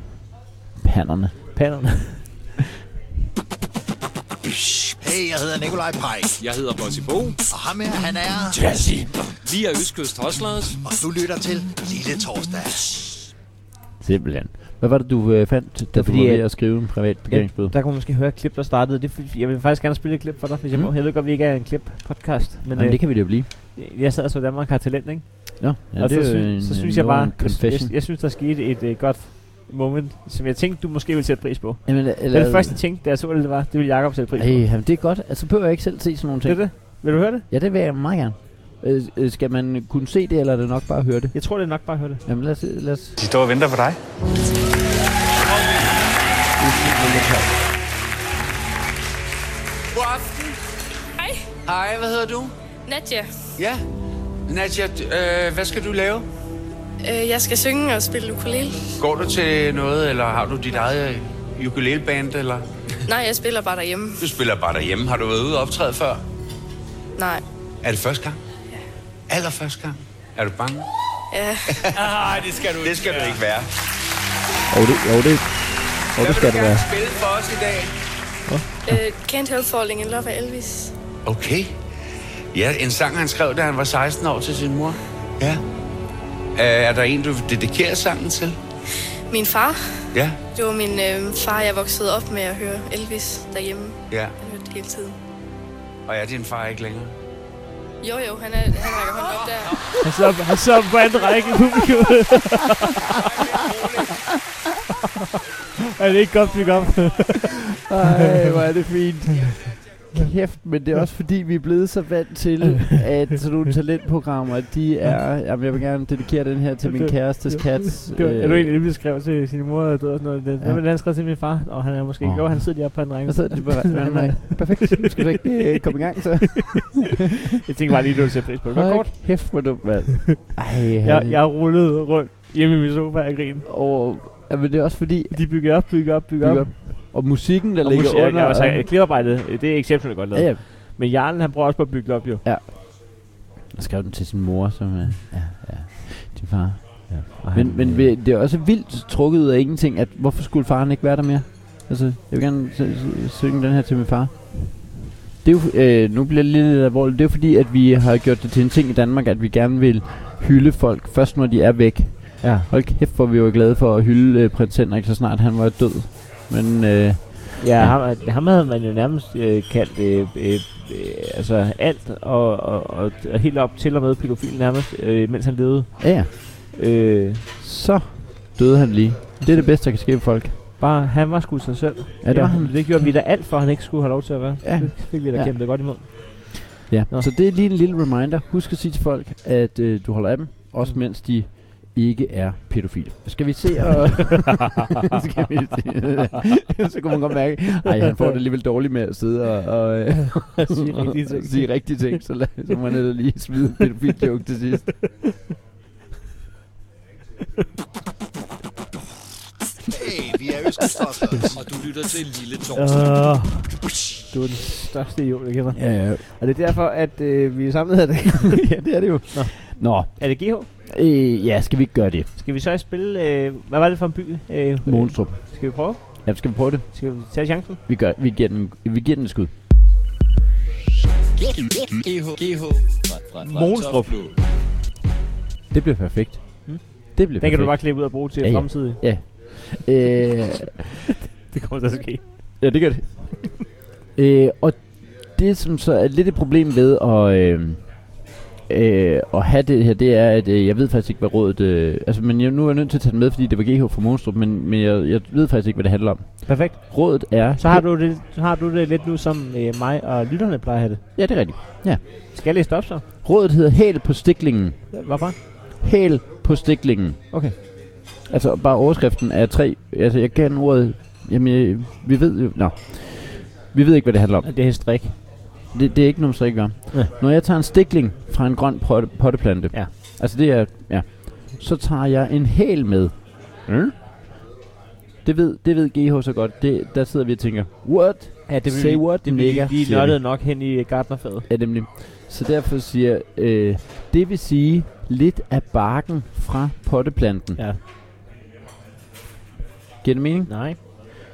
S3: Panderne.
S2: Panderne.
S4: Hey, jeg hedder Nikolaj Pej,
S1: Jeg hedder Bossy Bo.
S4: og ham her, han er...
S1: Jazzy. Vi er Østkyst Hustlers.
S4: Og du lytter til Lille Torsdag.
S3: Simpelthen. Hvad var det, du øh, fandt, da du
S2: fordi,
S3: var ved
S2: at-
S3: at skrive en privat parkeringsbøde?
S2: Der kunne man måske høre et klip, der startede. Det, er fordi- jeg vil faktisk gerne spille et klip for dig, hvis jeg
S3: Mm.
S2: må. Jeg ved godt, vi ikke er en klip-podcast, men
S3: Jamen,
S2: øh,
S3: det kan vi da blive.
S2: jeg sad og så Danmark har talent, ikke?
S3: Nå, ja,
S2: og
S3: det
S2: Altså, så,
S3: er jo
S2: sy-
S3: en,
S2: så
S3: en-
S2: synes jeg
S3: noget af
S2: bare, altså,
S3: en
S2: jeg, jeg,
S3: confession.
S2: jeg synes, der skete et øh, godt moment, som jeg tænkte, du måske ville sætte pris på. Det
S3: Jamen,
S2: var
S3: øh, eller,
S2: det første, jeg tænkte, da jeg så det, det var, det ville Jacob sætte pris på.
S3: Ej, jamen, det er godt. Altså, behøver jeg ikke selv se sådan nogle
S2: det er
S3: ting.
S2: det. Vil du høre det?
S3: Ja, det vil jeg meget gerne. Øh, øh, skal man kunne se det, eller er det nok bare at høre det?
S2: Jeg tror, det er nok bare at høre det.
S3: Jamen, lad os... Lad os
S5: De står og venter på dig.
S6: God aften.
S7: Hej,
S6: Hej, hvad hedder du?
S7: Nadja.
S6: Ja. Nadja, d- øh, hvad skal du lave?
S7: Øh, Jeg skal synge og spille ukulele.
S6: Går du til noget, eller har du dit eget øh, ukuleleband, eller?
S7: Nej, jeg spiller bare derhjemme.
S6: Du spiller bare derhjemme. Har du været ude og optræde før?
S7: Nej.
S6: Er det første gang? Ja. Allerførste gang? Er du bange?
S7: Ja.
S6: Nej, det skal du ikke Det skal du ikke være.
S3: oh, det, oh, det, oh, det
S6: Hvad
S3: skal
S6: vil du
S3: det
S6: gerne
S3: være.
S6: spille for os i dag?
S7: Øh, Can't Help Falling in Love af Elvis.
S6: Okay. Ja, en sang, han skrev, da han var 16 år til sin mor. Ja. Øh, Er der en, du dedikerer sangen til?
S7: Min far.
S6: Ja.
S7: Det var min øh, far, jeg voksede op med at høre Elvis derhjemme.
S6: Ja.
S7: Han hørte det hele tiden.
S6: Og er din far ikke længere?
S7: Jo, jo, han, er, han rækker hånden op der.
S2: Han sidder, han sidder på anden række i publikum. er det ikke godt bygget op?
S3: Ej, hvor er det fint. Kæft, men det er også fordi, vi er blevet så vant til, at sådan nogle talentprogrammer, de er... Jamen, jeg vil gerne dedikere den her til min
S2: Det-
S3: kærestes
S2: det-
S3: kat.
S2: det var, er
S3: øh,
S2: du egentlig det, vi skrev til sin mor og død og sådan noget? Det,
S3: Ja.
S2: ja. Men han skrev til min far, og han er måske ikke...
S3: Åh.
S2: Jo, han sidder lige oppe på anden række.
S3: Øh, Og så er det bare med anden række. Perfekt. Skal du ikke øh, komme i gang, så?
S2: Jeg tænkte bare lige, du ville sætte pris på. Det var kort.
S3: Hold Kæft, hvor dumt, mand. Ej,
S2: Jeg, jeg rullede rundt hjemme i min sofa og grinede.
S3: Og, jamen, det er også fordi...
S2: De bygger op, bygger op, bygger,
S3: Bygger
S2: op.
S3: op. Og musikken, der
S2: Og
S3: ligger
S2: musik,
S3: under...
S2: under, altså,
S3: og-
S2: kliparbejdet, øh, det er exceptionelt godt lavet.
S3: ja,
S2: Ja.
S3: ja.
S2: Men Jarlen, han prøver også på at bygge det op, jo.
S3: Jeg skrev den til sin mor, som er... Ja, ja. Din far.
S2: Og
S3: Men,
S2: han,
S3: men
S2: øh,
S3: vi- det er også vildt trukket ud af ingenting, at hvorfor skulle faren ikke være der mere? Altså, jeg vil gerne s- s- synge den her til min far. Det er jo, øh, nu bliver det lidt alvorligt. Det er jo fordi, at vi har gjort det til en ting i Danmark, at vi gerne vil hylde folk først, når de er væk.
S2: Ja.
S3: Hold kæft, hvor vi var glade for at hylde øh, prins Henrik, så snart han var død. Men øh,
S2: Ja, ham, ham havde man jo nærmest øh, kaldt øh, øh, øh, altså alt, og, og, og, og helt op til og med pædofil nærmest, øh, mens han levede.
S3: ja, ja,
S2: Øh,
S3: så døde han lige. Det er det bedste, der kan ske for folk.
S2: bare, han var sgu sig selv.
S3: Ja, det var han.
S2: det gjorde vi da alt for, at han ikke skulle have lov til at være.
S3: Ja.
S2: Det fik vi da
S3: Ja.
S2: ja. kæmpet godt imod.
S3: Ja,
S2: Nå.
S3: så det er lige en lille reminder. Husk at sige til folk, at øh, du holder af dem, også
S2: Mm.
S3: mens de ikke er pædofile. Skal vi se og... Skal vi se? så kunne man godt mærke, at han får det alligevel dårligt med at sidde og, og, øh,
S2: Sige rigtige
S3: og
S2: ting.
S3: sige rigtige ting. Så, lad, så må man ellers lige smide en pædofil joke til sidst.
S4: Hey, vi er Østkystorsland.
S1: Og du lytter til Lille Torsten.
S2: Uh, du er den største idiot, jeg kender.
S3: Ja, ja.
S2: Og det er derfor, at øh, vi er samlet her i dag.
S3: ja, det er det jo. Nå, Nå.
S2: Er det GH?
S3: Øh, ja, skal vi ikke gøre det?
S2: Skal vi så spille, øh, hvad var det for en by? Øh,
S3: Monstrup.
S2: Skal vi prøve?
S3: Ja, skal vi prøve det?
S2: Skal vi tage chancen?
S3: Vi, gør, vi, giver, den, vi giver den et skud.
S1: GH. GH. Fra- fra- fra
S2: Monstrup.
S1: Toftlund.
S3: Det bliver perfekt.
S2: Mm.
S3: Det bliver
S2: Den
S3: perfekt.
S2: kan du bare klippe ud og bruge til
S3: Ja, ja.
S2: fremtidig.
S3: Øh,
S2: Det kommer til at ske.
S3: Ja, det gør det. øh, og det, som så er lidt et problem ved at, øh, øh, at have det her, det er, at øh, jeg ved faktisk ikke, hvad rådet... Øh, altså, men jeg, nu er jeg nødt til at tage det med, fordi det var GH fra Monstrup, men, men jeg, jeg ved faktisk ikke, hvad det handler om.
S2: Perfekt.
S3: Rådet er...
S2: Så har du det, så har du det lidt nu, som øh, mig og lytterne plejer at have det.
S3: Ja, det er rigtigt.
S2: Skal jeg læse det op så?
S3: Rådet hedder Hæl på stiklingen.
S2: Hvorfor?
S3: Hæl på stiklingen.
S2: Okay.
S3: Altså, bare overskriften er tre... Altså, jeg kan ordet... Jamen, jeg, vi ved jo... Nå. Vi ved ikke, hvad det handler om.
S2: Det er en strik.
S3: Det, det er ikke noget, man så ikke gør.
S2: Nej.
S3: Når jeg tager en stikling fra en grøn potte, potteplante,
S2: Ja.
S3: altså det er, ja, så tager jeg en hæl med. Mm? Det ved, det ved GH så godt. Det, der sidder vi og tænker, what?
S2: Ja, det
S3: Say what,
S2: det bliver
S3: nigga,
S2: vi lige
S3: siger
S2: nørdede nok hen i øh, gartnerfaget.
S3: Ja, nemlig. Så derfor siger jeg, øh, det vil sige lidt af barken fra potteplanten.
S2: Ja.
S3: Giver det mening?
S2: Nej.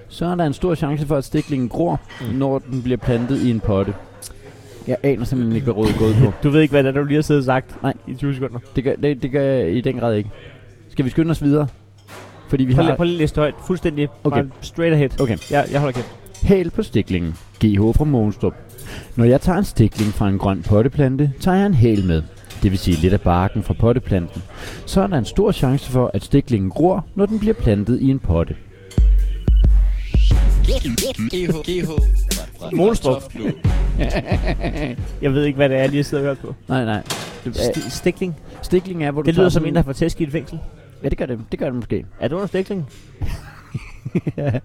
S3: Så er der en stor chance for, at stiklingen gror, mm. når den bliver plantet i en potte. Jeg aner simpelthen ikke, hvad rådet er gået på.
S2: Du ved ikke, hvad det er, du lige har siddet og sagt
S3: Nej.
S2: i 20 sekunder.
S3: Det gør, det, det gør jeg i den grad ikke. Skal vi skynde os videre? Fordi vi
S2: Prøv lige,
S3: har
S2: prøv lige at læse det højt. Fuldstændig.
S3: Okay.
S2: Bare straight ahead.
S3: Okay.
S2: Ja, jeg holder kæft.
S3: hæl på stiklingen. GH fra Monstrup. Når jeg tager en stikling fra en grøn potteplante, tager jeg en hæl med. Det vil sige lidt af barken fra potteplanten. Så er der en stor chance for, at stiklingen gror, når den bliver plantet i en potte.
S1: GH. GH. Fra- fra- fra
S2: Monstrup.
S1: Toftlund.
S2: Jeg ved ikke, hvad det er, jeg lige sidder og hørt på.
S3: Nej, nej. Det, øh,
S2: St- stikling.
S3: stikling er, hvor du
S2: Det lyder
S3: tager
S2: som
S3: sådan-
S2: en, der får tæsk i et fængsel.
S3: Ja, det gør det. Det gør det måske.
S2: Er du under stikling?
S3: ja.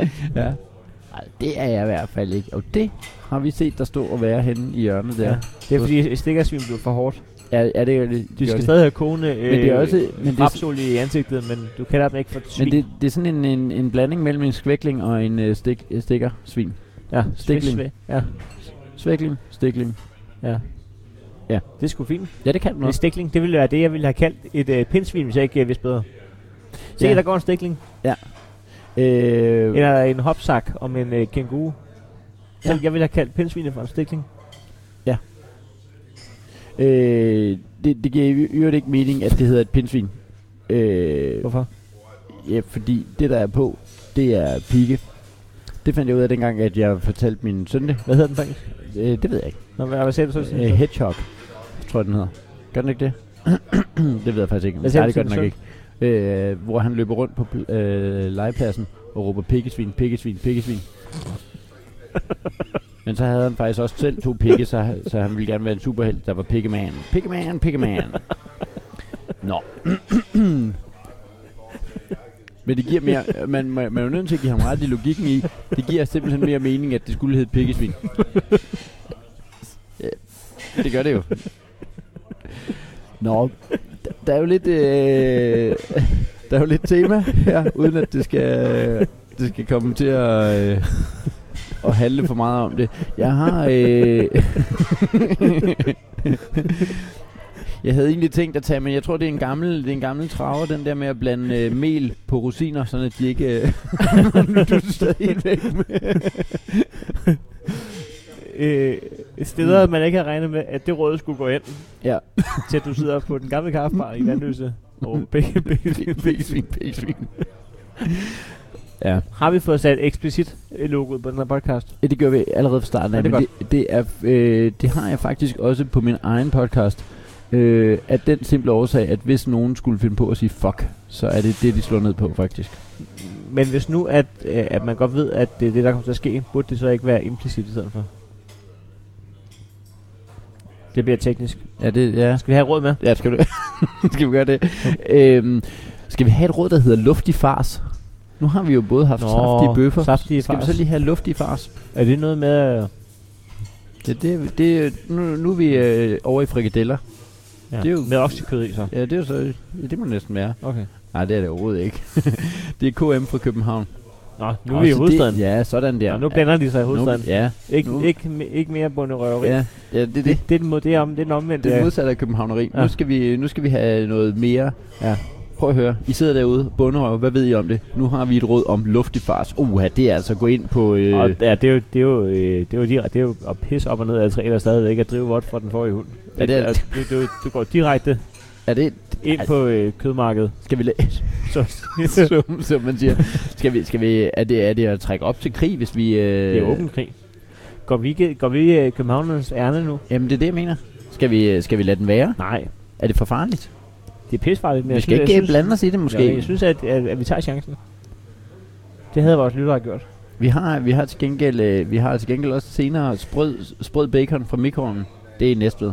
S3: Ej, det er jeg i hvert fald ikke. Og det har vi set, der stå og være henne i hjørnet der.
S2: Ja. Det er fordi stikkersvin blev for hårdt.
S3: Ja, ja det gør det.
S2: Du
S3: gør
S2: skal
S3: det.
S2: stadig have kogende øh,
S3: det er også- men
S2: men
S3: det er-
S2: det rapsolie i ansigtet, men du kalder dem ikke for svin.
S3: Men det, det er sådan en, en, en blanding mellem en skvækling og en øh, stik, øh, stikker svin.
S2: ja,
S3: stikling.
S2: svin- Ja,
S3: Svækling, stikling.
S2: ja.
S3: Ja.
S2: det er sgu fint.
S3: Ja, det kan
S2: En
S3: noget.
S2: stikling, det ville være det, jeg ville have kaldt et øh, pindsvin, hvis jeg ikke øh, vidste bedre. Se,
S3: Ja.
S2: ja. der går en stikling.
S3: Øh, ja.
S2: Eller en hopsak om en øh, kænguru. Ja. Jeg ville have kaldt pindsvinet for en stikling.
S3: øh, det, det giver i øvrigt ikke mening, at det hedder et pindsvin. Øh,
S2: Hvorfor?
S3: ja, fordi det, der er på, det er pigge. Det fandt jeg ud af dengang, at jeg fortalte min søn det.
S2: Hvad hedder den faktisk?
S3: Øh, det ved jeg ikke.
S2: Nå, hvad, hvad sagde du så?
S3: Øh, hedgehog, tror jeg, den hedder. Gør den ikke det? det ved jeg faktisk ikke, men
S2: Hvad siger
S3: nej,
S2: du,
S3: det gør den nok
S2: siger
S3: ikke. Øh, hvor han løber rundt på pl- øh, legepladsen og råber pikkesvin, pikkesvin, pikkesvin. men så havde han faktisk også selv to pikke, så, så han ville gerne være en superhelt, der var pikkeman. Pikkeman, pikkeman. Nå. Men det giver mere, man, man, man er jo nødt til at give ham ret i logikken i, det giver simpelthen mere mening, at det skulle hedde pikkesvin. Ja, det gør det jo. Nå, d- der er jo lidt, øh, der er jo lidt tema her, uden at det skal, det skal komme til at, øh, at handle for meget om det. Jeg har... Øh, jeg havde egentlig tænkt at tage, men jeg tror, det er en gammel, det er en gammel traver, den der med at blande øh, mel på rosiner, sådan at de ikke... Øh, nu er du stadig helt væk med.
S2: Øh, steder, man ikke havde regnet med, at det råd skulle gå ind,
S3: Ja.
S2: til at du sidder på den gamle kaffebar i Vandløse. Og begge, begge,
S3: Pikkesvin, pikkesvin. Ja.
S2: Har vi fået sat eksplicit øh, logoet på den her podcast?
S3: Ja, det gør vi allerede fra starten
S2: Ja,
S3: af,
S2: det
S3: det
S2: er
S3: men det, det, er, øh, det har jeg faktisk også på min egen podcast, øh, at den simple årsag, at hvis nogen skulle finde på at sige fuck, så er det det, de slår ned på faktisk.
S2: Men hvis nu, at, øh, at man godt ved, at det er det, der kommer til at ske, burde det så ikke være implicit i stedet for? Det bliver teknisk.
S3: Ja, det, ja.
S2: Skal vi have råd med?
S3: ja skal, du, skal vi gøre det? Øhm, skal vi have et råd, der hedder luftig fars? Nu har vi jo både haft Nå, saftige bøffer.
S2: Saftige
S3: Skal vi
S2: fars.
S3: så lige have luftig fars?
S2: Er det noget med... Øh,
S3: Ja, det, det, nu, nu er vi øh, over i frikadeller.
S2: ja,
S3: Det er jo-
S2: med oksekød i så?
S3: Ja, det er jo så, ja, det må det næsten være.
S2: Okay.
S3: Nej, det er det overhovedet ikke. det er KM fra København.
S2: Nå, nu er
S3: Nå,
S2: vi i
S3: så
S2: hovedstaden.
S3: Det, ja, sådan der.
S2: Nå, nu blander de sig i hovedstaden.
S3: Nu, ja,
S2: Ikke,
S3: nu-
S2: ikke, me- ikke mere bonderøveri.
S3: ja, ja, det er det.
S2: Det, det, er den mod- det, er om, det er den omvendte.
S3: Det er modsatte af københavneri.
S2: Ja.
S3: Ja. Nu, skal vi, nu skal vi have noget mere.
S2: Ja.
S3: Prøv at høre. I sidder derude. Bunderøv, hvad ved I om det? Nu har vi et råd om luftig fars. Uha, det er altså at gå ind på... Øh,
S2: Og ja, det er jo, det er jo, øh, det er jo, direkte, det er jo at pisse op og ned af træer stadigvæk at drive vort fra den forrige hund.
S3: Ja, det er-
S2: Altså, du, du, du går direkte
S3: er det...
S2: ind på øh, kødmarkedet.
S3: Altså- Skal vi... Øh. la-
S2: Så,
S3: som, som man siger. Skal vi, skal vi, er, det, er det at trække op til krig, hvis vi... Øh,
S2: det er åben krig. Går vi, ikke- går vi øh, Københavnernes ærne nu?
S3: Jamen, det er det, jeg mener. Skal vi, skal vi lade den være?
S2: Nej,
S3: Er det for farligt?
S2: det er pisfarligt. Men
S3: Vi
S2: jeg
S3: skal
S2: synes,
S3: ikke
S2: jeg
S3: øh,
S2: synes,
S3: blande os i det, måske.
S2: jeg synes at, at, at, vi tager chancen. Det havde vores lyttere gjort.
S3: Vi har, vi har til gengæld, øh, vi har til gengæld også senere sprød, sprød bacon fra mikroovnen. Det er i Næstved.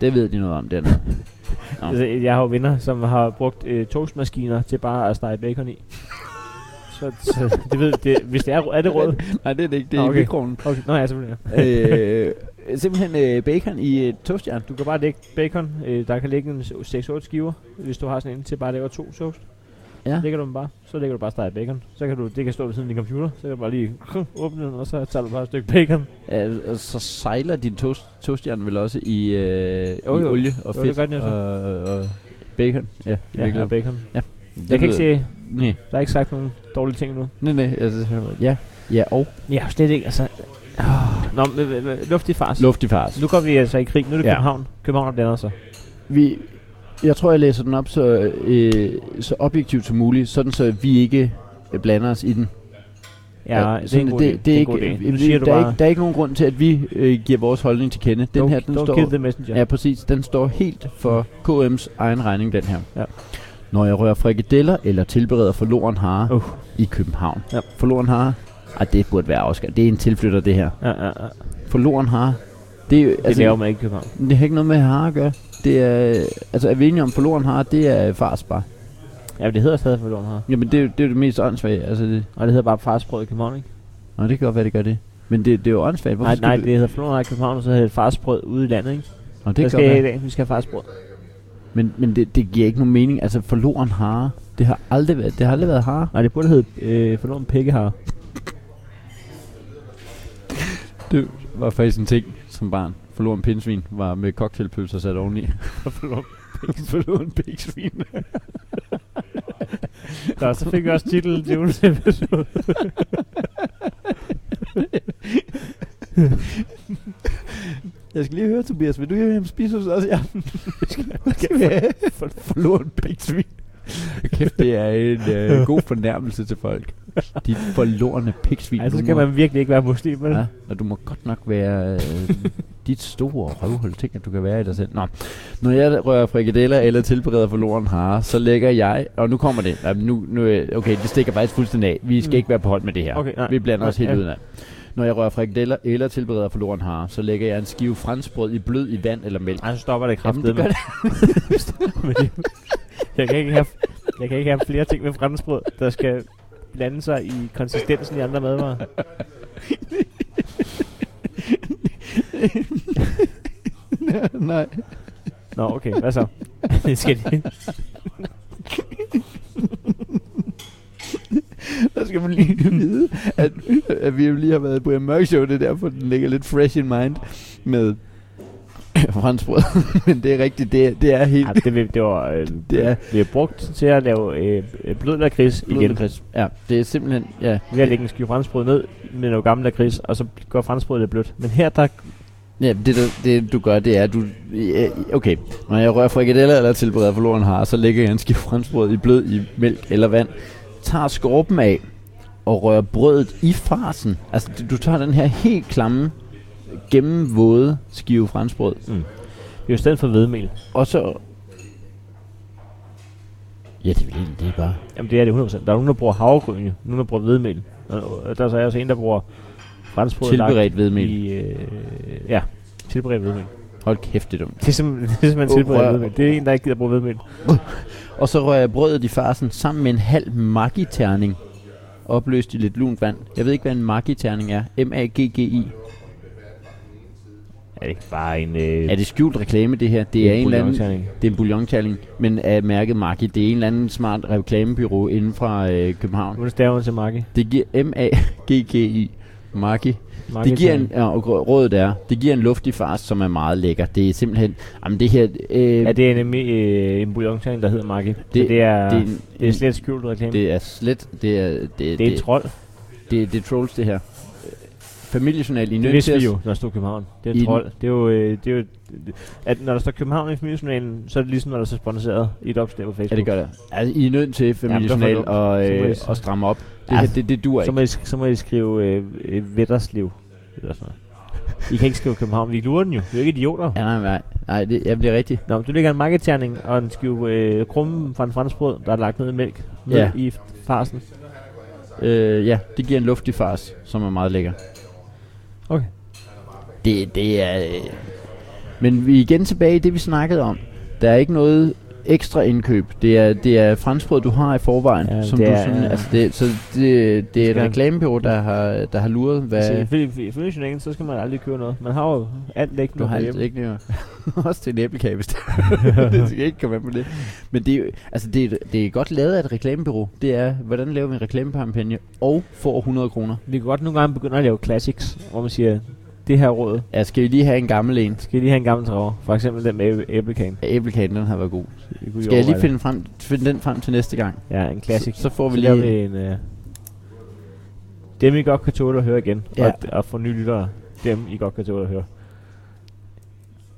S3: Det ved de noget om, den. Nå.
S2: Altså, jeg har jo venner, som har brugt øh, toastmaskiner til bare at stege bacon i. så, så det ved det, hvis det er, er det råd.
S3: Nej, det er det ikke. Det
S2: Nå,
S3: er Ah,
S2: okay.
S3: okay. i mikroovnen.
S2: Okay. Nå ja, selvfølgelig. ja.
S3: øh, simpelthen øh, bacon i et toastjern.
S2: Du kan bare lægge bacon. Øh, der kan ligge en 6-8 skiver, hvis du har sådan en til bare at lave to toast.
S3: Ja.
S2: Lægger du dem bare, så lægger du bare steget bacon. Så kan du, det kan stå ved siden af din computer, så kan du bare lige hm, åbne den, og så tager du bare et stykke bacon.
S3: Øh, og så sejler din toast, toastjern vel også i, øh,
S2: Jo,
S3: i
S2: jo.
S3: olie og
S2: Jo,
S3: fedt
S2: det gør den jo så.
S3: og, og bacon. Ja, i
S2: Ja, og
S3: virkeligheden.
S2: bacon.
S3: Det
S2: Jeg kan ikke
S3: lyder-
S2: se,
S3: Nej,
S2: der er ikke sagt nogen dårlige ting nu.
S3: nej, nej. Altså, ja, ja, og
S2: Ja, slet ikke, altså. Oh, nå, men, men, men, luftig fars.
S3: luftig fars.
S2: Nu går vi altså i krig. Nu er altså. det ja.
S3: Ja.
S2: København. København blander sig.
S3: vi, jeg tror, jeg læser den op så, øh, så objektivt som muligt, sådan så vi ikke øh, blander os i den.
S2: Ja, ja det er
S3: sådan,
S2: en god idé.
S3: det, det er ikke,
S2: en god idé.
S3: øh,
S2: Nu
S3: det-
S2: siger du
S3: der, er
S2: bare,
S3: ikke, der er ikke nogen grund til, at vi øh, giver vores holdning til kende. Den
S2: don't,
S3: her, den
S2: don't
S3: står,
S2: kill the messenger.
S3: ja, præcis, den står helt for KM's egen regning, den her.
S2: Ja.
S3: Når jeg rører frikadeller eller tilbereder forloren hare
S2: Uh.
S3: uh. i København.
S2: Ja.
S3: Forloren hare, ej, det burde være Oscar. Det er en tilflytter, det her.
S2: Ja, ja,
S3: Altså,
S2: ja.
S3: Forloren hare, det, er jo- altså-
S2: Det laver man ikke i København.
S3: Det har ikke noget med hare at gøre. Det er, altså er vi enige om, forloren har, det er fars bare.
S2: Ja, men det hedder stadig for her.
S3: Jamen det, er jo- det er jo det mest åndssvage. Altså, det,
S2: Og det hedder bare farsbrød i København, ikke?
S3: nå, det kan godt være, det gør det. Men det, det er jo åndssvagt. Hvorfor
S2: Nej,
S3: skal
S2: nej,
S3: du-
S2: det hedder forlorene i København, og så hedder det farsbrød ude i landet, ikke?
S3: Nå, det
S2: Det
S3: kan
S2: skal
S3: godt
S2: jeg have i
S3: være.
S2: dag, vi skal have farsbrød.
S3: Men, men det, det, giver ikke nogen mening. Altså forloren hare, det har aldrig været, det har aldrig været hare.
S2: Nej, det burde hedde øh, forlorene pikkehar.
S3: Det var faktisk en ting som barn. Forloren pindsvin var med cocktailpølser sat oveni. forloren pindsvin.
S2: Nå, så fik vi også titlen til ugens episode.
S3: Jeg skal lige høre, Tobias, vil du hjem spise hos os i aften? skal vi have for, forloren pindsvin? Kæft, det er en øh, god fornærmelse til folk. De forlorene piksvin.
S2: Ej, så skal man virkelig ikke være muslim, vel?
S3: Ja, og du må godt nok være øh, Dit store røvhul, tænk at du kan være i dig selv. Nå. Når jeg rører frikadeller eller tilbereder forloren hare, så lægger jeg... Og nu kommer det. Ej, men Nu, nu, øh, okay, det stikker faktisk fuldstændig af. Vi skal
S2: Mm.
S3: ikke være på hold med det her.
S2: Okay, nej.
S3: Vi blander os
S2: Nej,
S3: helt ja.
S2: ja.
S3: udenad. Når jeg rører frikadeller eller tilbereder forloren hare, så lægger jeg en skive franskbrød i blød i vand eller mælk.
S2: Ej, så stopper det
S3: Jamen, det
S2: kraftedeme.
S3: gør
S2: Men det- jeg, kan ikke have, jeg kan ikke have flere ting med franskbrød, der skal blande sig i konsistensen i andre madvarer.
S3: det. Nej.
S2: Nå, okay, hvad så? det skal de.
S3: Der skal man lige vide, at, at vi jo lige har været på en mørk show, det er derfor, den ligger lidt fresh in mind med franskbrød. Men det er rigtigt, det, er- det er helt...
S2: Ej, det, vi- det var øh,
S3: Det er-
S2: vi har brugt til at lave øh, blød lakrids igen.
S3: Chris. Ja, det er simpelthen... Ja,
S2: Ved at lægge en skive franskbrød ned med noget gammel lakrids, og så går franskbrødet lidt blødt. Men her, der...
S3: ja det, du- det, du gør, det er, at du... ja, Okay, når jeg rører frikadeller eller tilbereder forloren har, så lægger jeg en skive franskbrød i blød i mælk eller vand, tager skorpen af og rører brødet i farsen. Altså, du- du tager den her helt klamme, gennemvåde skive franskbrød,
S2: Det er jo i stedet for hvedemel.
S3: Og så... Ja, det er vel egentlig det er bare...
S2: Jamen, det er det 100%. Der er nogen, der bruger havregryn, jo. Nogen, der bruger hvedemel. Og, og der er så også en, der bruger franskbrød lagt
S3: Tilberedt hvedemel.
S2: I, øh, ja, tilberedt hvedemel.
S3: Hold kæft, det er dumt.
S2: Det er simpelthen, det er simpelthen
S3: Åh,
S2: tilberedt
S3: rør.
S2: hvedemel. Det er en, der ikke gider bruge hvedemel.
S3: Og så rører jeg brødet i farsen sammen med en halv magiterning. Opløst i lidt lunt vand. Jeg ved ikke, hvad en magiterning er. M-A-G-G-I.
S2: Er det ikke bare en... Øh,
S3: Er det skjult reklame, det her? Det er en eller anden... Det er en bouillonterning, men af mærket Maggi. Det er en eller anden smart reklamebyrå inden fra øh, København.
S2: Nu staver hun til Marki.
S3: Det giver M-A-G-G-I. Maggi. Det giver en, ja, og grå- rådet er, det giver en luftig fars, som er meget lækker. Det er simpelthen, jamen det her, øh,
S2: Ja, det er nemlig øh, en bouillonchang, der hedder Marki. Det, det, er,
S3: det er
S2: det,
S3: en-
S2: det er slet skjult reklame. Det,
S3: Det er slet, det er, det, det,
S2: det er en
S3: det,
S2: trold.
S3: det, det er trolls det her. Øh, Familiejournal, I er
S2: Det
S3: nødt til
S2: vidste
S3: at...
S2: vi jo, når der stod København. Det er en
S3: I-
S2: trold. Det er jo... Øh, det er jo at når der står København i familiejournalen, så er det ligesom, når der står sponsoreret i et opslag på Facebook.
S3: Ja, det gør det. Altså, I er nødt til
S2: Jamen,
S3: familiejournal
S2: det var for
S3: og,
S2: dumt. Så må
S3: øh,
S2: I-
S3: og stramme op. Det,
S2: Ja.
S3: her, det, det duer
S2: Så
S3: ikke.
S2: må I, sk- så må I skrive øh, øh, Vetterslev. Eller sådan noget. I kan ikke skrive København. Vi lurer den jo. Vi er jo ikke idioter.
S3: Ja, nej, nej, nej, det, jamen, det er rigtigt.
S2: Nå, men du lægger en marketerning og en skive øh, krumme fra en franskbrød, der er lagt ned i mælk ned
S3: Ja.
S2: i farsen.
S3: Øh, ja, det giver en luftig fars, som er meget lækker.
S2: Okay.
S3: Det, det er... Øh. Men vi er igen tilbage i det, vi snakkede om. Der er ikke noget ekstra indkøb. Det er, det er franskbrød, du har i forvejen.
S2: Ja,
S3: Ja, som
S2: det
S3: du
S2: er-
S3: er, sådan, altså det, så det, det er et
S2: Skal-
S3: reklamebureau, der har, der har luret,
S2: Altså,
S3: hvad...
S2: ifølge ifølge journalen, så skal man aldrig købe noget. Man har jo alt liggende
S3: Du har
S2: derhjemme.
S3: altså ikke nævnt. Også til en æblekage, hvis det det skal jeg ikke komme med på det. Men det er, jo- altså det, er- det er godt lavet af et reklamebureau. Det er, hvordan laver vi en reklamekampagne og får 100 kroner.
S2: Vi kan godt nogle gange begynde at lave classics, hvor man siger, det her råd,
S3: Ja, skal vi lige have en gammel en?
S2: skal I lige have en gammel traver. For eksempel den med æ- æblekagen.
S3: Æblekagen, den har været god.
S2: Det kunne I
S3: Skal jeg lige
S2: overveje.
S3: finde, frem, finde den frem til næste gang?
S2: Ja, en classic.
S3: Så, så får vi
S2: Så laver
S3: lige...
S2: vi en... Øh, dem, I godt kan tåle at høre igen.
S3: Ja.
S2: Ja. Og, og for nye lyttere, dem, I godt kan tåle at høre.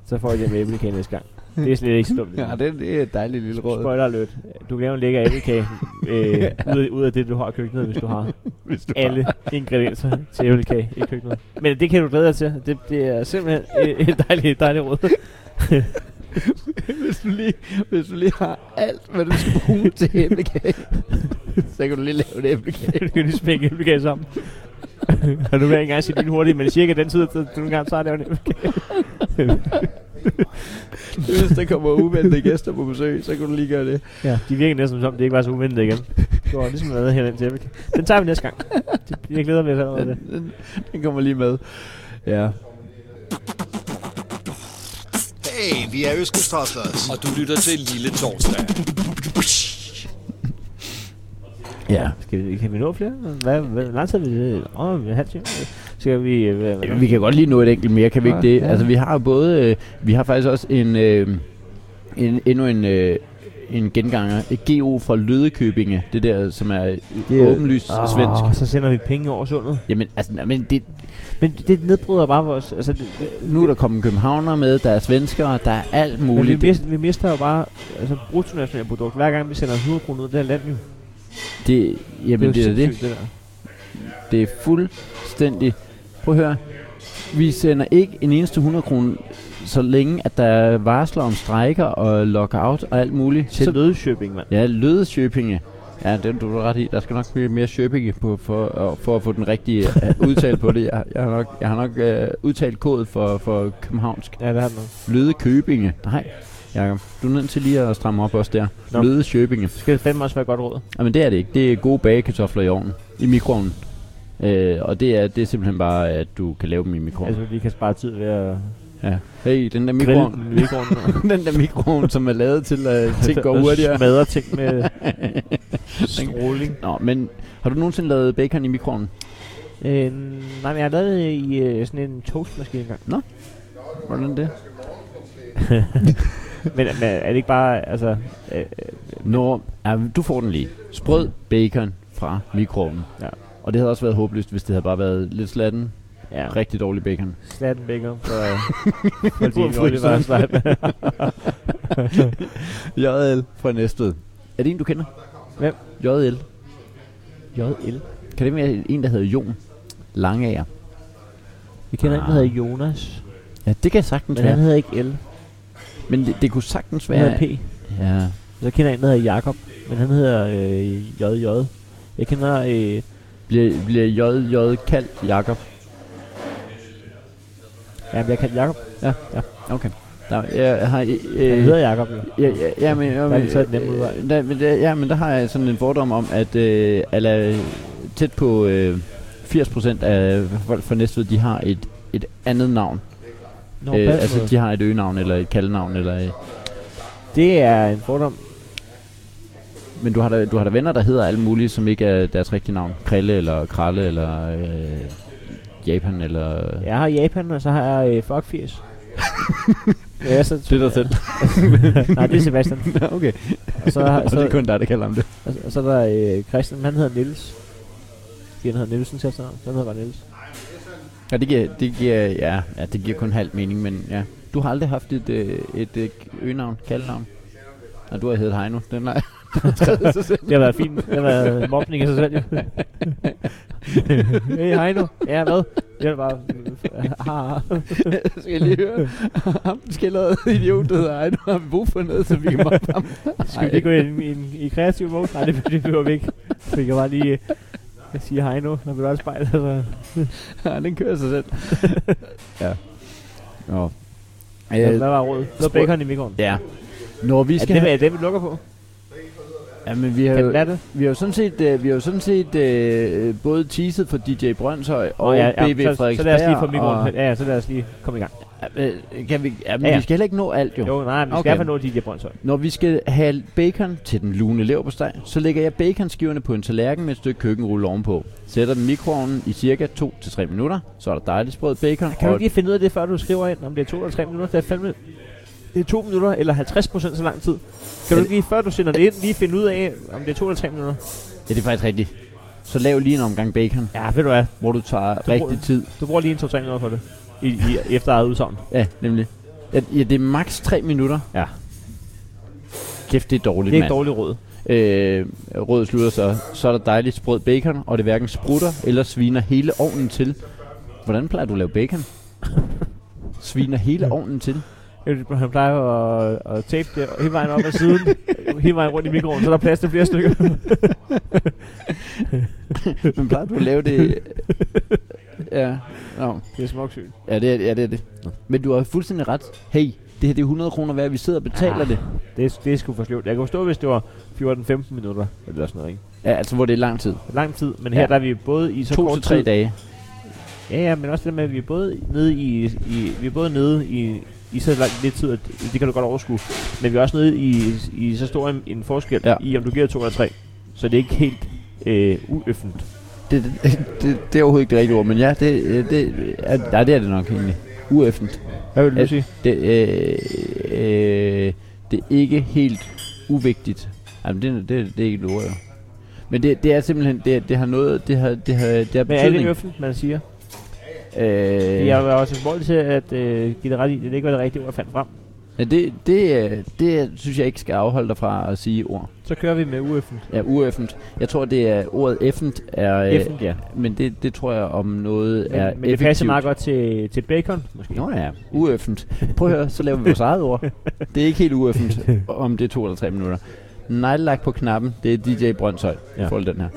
S2: Så får I den med æblekagen næste gang. Det er slet ikke så dumt.
S3: Ja, det, det er et dejligt lille råd.
S2: Spoiler alert. Du kan lave en lækker æblekage øh, ud, af- ud af det, du har i køkkenet, hvis du har
S3: Hvis du
S2: alle ingredienser til æblekage i køkkenet. Men det kan du glæde dig til. Det, det er simpelthen et, et dejligt, dejligt råd.
S3: hvis, du lige, hvis du lige har alt, hvad du skal bruge til æblekage, så kan du lige lave det æblekage.
S2: du kan lige smække æblekage sammen. og nu vil jeg ikke engang sige din hurtigt, men cirka den tid, at du nogle gange tager at lave en æblekage.
S3: Hvis der kommer uventede gæster på besøg, så kan du lige gøre det.
S2: Ja. De virker næsten som om, det ikke var så uventet igen. Du har ligesom været her den til æblekage. Den tager vi næste gang. Det, jeg glæder mig til allerede det.
S3: Den, den, den kommer lige med. Ja.
S4: Hey, vi er Øskens Torsdags.
S1: Og du lytter til Lille Torsdag.
S3: Ja.
S2: Skal vi, kan vi nå flere? Hvad, hvad, hvor lang tid er vi det? Åh, oh, en halv time? Skal vi... øh, Hvad, hvad,
S3: Altså, Vi kan godt lige nå et enkelt mere, kan vi ikke det?
S2: Ja.
S3: Altså, vi har jo både... Øh, vi har faktisk også en, øh, en endnu en, øh, en genganger. Et GO fra Lødekøbinge. Det der, som er
S2: Det er-
S3: åbenlyst oh. svensk.
S2: så sender vi penge over sundet.
S3: Jamen, altså, nej, men det,
S2: Men det nedbryder bare vores... Altså, det, det,
S3: nu er der kommet københavner med, der er svenskere, der er alt
S2: men vi,
S3: muligt. Det,
S2: mister, vi mister jo bare altså, bruttonationalprodukt, hver gang vi sender 100 kroner ud af det her land. Jo.
S3: det, jamen, det er
S2: jo
S3: det.
S2: sindssygt, det der.
S3: Det er fuldstændig... Prøv at høre. Vi sender ikke en eneste 100 kroner, så længe at der er varsler om strejker og lockout og alt muligt.
S2: Til
S3: så,
S2: Lødeshopping, mand.
S3: Ja, lødesjøpinge. Ja, den du har ret i. Der skal nok blive mere sjøpinge på, for, for at få den rigtige øh, udtale på det. Jeg, jeg har nok, jeg har nok øh, udtalt kodet for, for københavnsk.
S2: Ja, det har den.
S3: Løde Købinge. Nej, Jacob. Du er nødt til lige at stramme op også der.
S2: Nå.
S3: Nå. Løde Købinge.
S2: Skal det fandme også være godt råd?
S3: Jamen det er det ikke. Det er gode bagekartofler i ovnen. I mikroovnen. Øh, og det er, det er simpelthen bare, at du kan lave dem i mikroovnen.
S2: Altså, vi kan spare tid ved at
S3: ja. Hey, den der
S2: grille
S3: mikroovn.
S2: den i mikroovnen.
S3: den der mikroovn, som er lavet til, at ting går
S2: Og
S3: hurtigere.
S2: Smadre ting med stråling.
S3: Nå, men har du nogensinde lavet bacon i mikroovnen?
S2: Øh, nej, men jeg har lavet det i øh, sådan en toastmaskine engang.
S3: Hvordan det?
S2: Men, men er det ikke bare, altså... Øh, øh,
S3: Nå, ja, du får den lige. Sprød bacon fra mikroovnen.
S2: Ja.
S3: Og det havde også været håbløst, hvis det havde bare været lidt slatten.
S2: ja,
S3: Rigtig dårlig bacon.
S2: slatten bacon for... for
S3: Hvor
S2: din Oliver
S3: fryseren.
S2: slap.
S3: JL fra Næstved. Er det en, du kender?
S2: Hvem?
S3: JL.
S2: JL.
S3: Kan det være en, der hedder Jon Langager?
S2: Vi kender ah. en, der
S3: Ah.
S2: hedder Jonas.
S3: Ja, det kan sagtens
S2: Men han
S3: være.
S2: hedder ikke L.
S3: Men det, det kunne sagtens
S2: Han hedder
S3: være...
S2: P.
S3: Ja.
S2: Så kender jeg en, der hedder Jakob. Men han hedder øh, JJ. Jeg kender... Øh,
S3: Bliver, bliver JJ kaldt Jakob?
S2: ja, men jeg kan Jakob.
S3: Okay. Der, jeg har... Øh,
S2: Han hedder Jakob, jo.
S3: Ja, ja, ja, men, ja,
S2: Der er
S3: men,
S2: det så et nemt udvej.
S3: øh, der, men der, ja, men der har jeg sådan en fordom om, at øh, ala, tæt på øh, 80% af folk fra Næstved, de har et, et andet navn.
S2: Nå,
S3: øh,
S2: på den
S3: altså,
S2: måde.
S3: de har et øgenavn eller et kaldenavn. Eller, øh.
S2: Det er en fordom.
S3: Men du har, da, du har da venner, der hedder alt muligt, som ikke er deres rigtige navn. Krille eller Kralle eller øh, Japan eller...
S2: Jeg har Japan, og så har jeg øh, Fuck 80. ja, så,
S3: Det er dig selv.
S2: nej, det er Sebastian.
S3: Nå, okay.
S2: Og så, har,
S3: Og det er
S2: så,
S3: kun dig, der kalder ham det.
S2: og, og så er der øh, Christian, han hedder Niels. Fordi han hedder Nielsen til efternavn, så han hedder bare Niels.
S3: Ja, det giver, det giver, ja, ja, det giver kun halv mening, men ja. Du har aldrig haft et, øh, et øh, øgenavn, kaldnavn? Nej, du har heddet Heino, den nej.
S2: Det har været fint. Det har været mobning af sig selv. jo. hey, hej nu. Ja, hvad? Jeg er bare... Ah, ah.
S3: skal jeg lige høre, ham skildrede idiot, der hedder Heino, har vi brug for noget, så vi kan mobbe ham?
S2: Skal vi lige gå ind i, i, i kreativ mode? Nej, det, det behøver vi ikke. Så vi kan bare lige øh, sige hej nu, når vi er spejlet. Altså.
S3: Ja, den kører sig selv. ja. Nå.
S2: Ja,
S3: Øh,
S2: hvad var rådet? Så
S3: spurg-
S2: bacon i mikroen.
S3: ja. Når vi
S2: Er
S3: skal...
S2: det, er det, vi lukker på?
S3: ja, men vi har
S2: Kan
S3: jo,
S2: den være det?
S3: vi har jo sådan set, øh, vi har jo sådan set øh, både teaset for DJ Brøndshøj og
S2: ja, ja,
S3: BB
S2: så,
S3: Frederiksberg.
S2: så lad os lige få mikroen.
S3: og-
S2: hen. Ja, ja, så lad os lige komme i gang.
S3: Ja, øh, Kan vi, ja, men
S2: Ja,
S3: ja,
S2: ja.
S3: vi skal heller ikke nå alt jo.
S2: Jo, nej, men vi skal i
S3: Okay.
S2: hvert fald nå de der brøndshøj.
S3: Når vi skal have bacon til den lune leverpostej, så lægger jeg baconskiverne på en tallerken med et stykke køkkenrulle ovenpå. Sætter dem i mikroovnen i cirka 2-3 minutter, så er der dejligt sprød bacon.
S2: Kan du
S3: og-
S2: ikke lige finde ud af det, før du skriver ind, om det er 2 eller 3 minutter? Det er fandme... Det er 2 minutter eller 50 procent så lang tid. Kan du ikke lige, før du sender det ind, lige finde ud af, om det er 2 eller 3 minutter?
S3: Ja, det er faktisk rigtigt. Så lav lige en omgang bacon,
S2: Ja, ved du hvad?
S3: hvor du tager
S2: bruger-
S3: rigtig tid.
S2: Du bruger lige en 2-3 minutter for det. I, i efter eget udsagn.
S3: Ja, nemlig. Ja, ja, det er maks 3 minutter.
S2: Ja.
S3: Kæft, det er dårligt,
S2: Det er et
S3: mand.
S2: dårligt råd.
S3: Øh, rådet slutter så. Så er der dejligt sprød bacon, og det hverken sprutter eller sviner hele ovnen til. Hvordan plejer du at lave bacon? sviner hele ovnen til.
S2: Jeg- Han plejer at, at tape det hele vejen op ad siden, hele vejen rundt i mikroen, så der er plads til flere stykker.
S3: Men plejer du at lave det... ja, no.
S2: Det er smukt sygt.
S3: ja, det er ja, det. Er det. Men du har fuldstændig ret. Hey, det her det er 100 kroner værd, vi sidder og betaler
S2: Ah.
S3: det.
S2: Det, er- det er sgu for sløvt. Jeg kan forstå, hvis det var 14-15 minutter, eller sådan noget, ikke?
S3: Ja, altså hvor det er lang tid.
S2: Lang tid, men her
S3: Ja.
S2: der er vi både i så
S3: To
S2: kort
S3: til tre
S2: tid,
S3: dage.
S2: Ja, ja, men også det der med, at vi er både nede i, i vi er både nede i, i så lang lidt tid, at det kan du godt overskue. Men vi er også nede i, i så stor en, en forskel ja.
S3: Ja.
S2: i, om du giver 2 eller 3. Så det er ikke helt øh, uøffent.
S3: Det, det, det, det er overhovedet ikke det rigtige ord, men ja, det, øh, det, ja, nej, det er det nok egentlig. Uøffent.
S2: Hvad vil
S3: du
S2: sige?
S3: Det, øh, øh, det er ikke helt uvigtigt. Jamen, det, det, det er ikke et ord, jo. Men det, det er simpelthen, det, det har noget, det har, det har, det har
S2: Men er det
S3: betydning.
S2: øffent, man siger?
S3: Øh,
S2: Øh. Jeg var også tilbøjelig til at øh, give det ret i, det er ikke var det rigtige ord, jeg fandt frem.
S3: Ja, det, det, øh, det synes jeg ikke skal afholde dig fra at sige ord.
S2: Så kører vi med uøffent.
S3: Ja, ueffent. Jeg tror, det er ordet effent er... øh,
S2: Effent, ja.
S3: Men det, det tror jeg om noget
S2: Men,
S3: er
S2: ja, men det passer meget godt til, til bacon, måske.
S3: Nå ja, uøffent. Prøv at høre, så laver vi vores eget ord. Det er ikke helt uøffent, om det er to eller tre minutter. Nejlelak på knappen, det er DJ Brøndshøj.
S2: Ja.
S3: Ja. Får den her.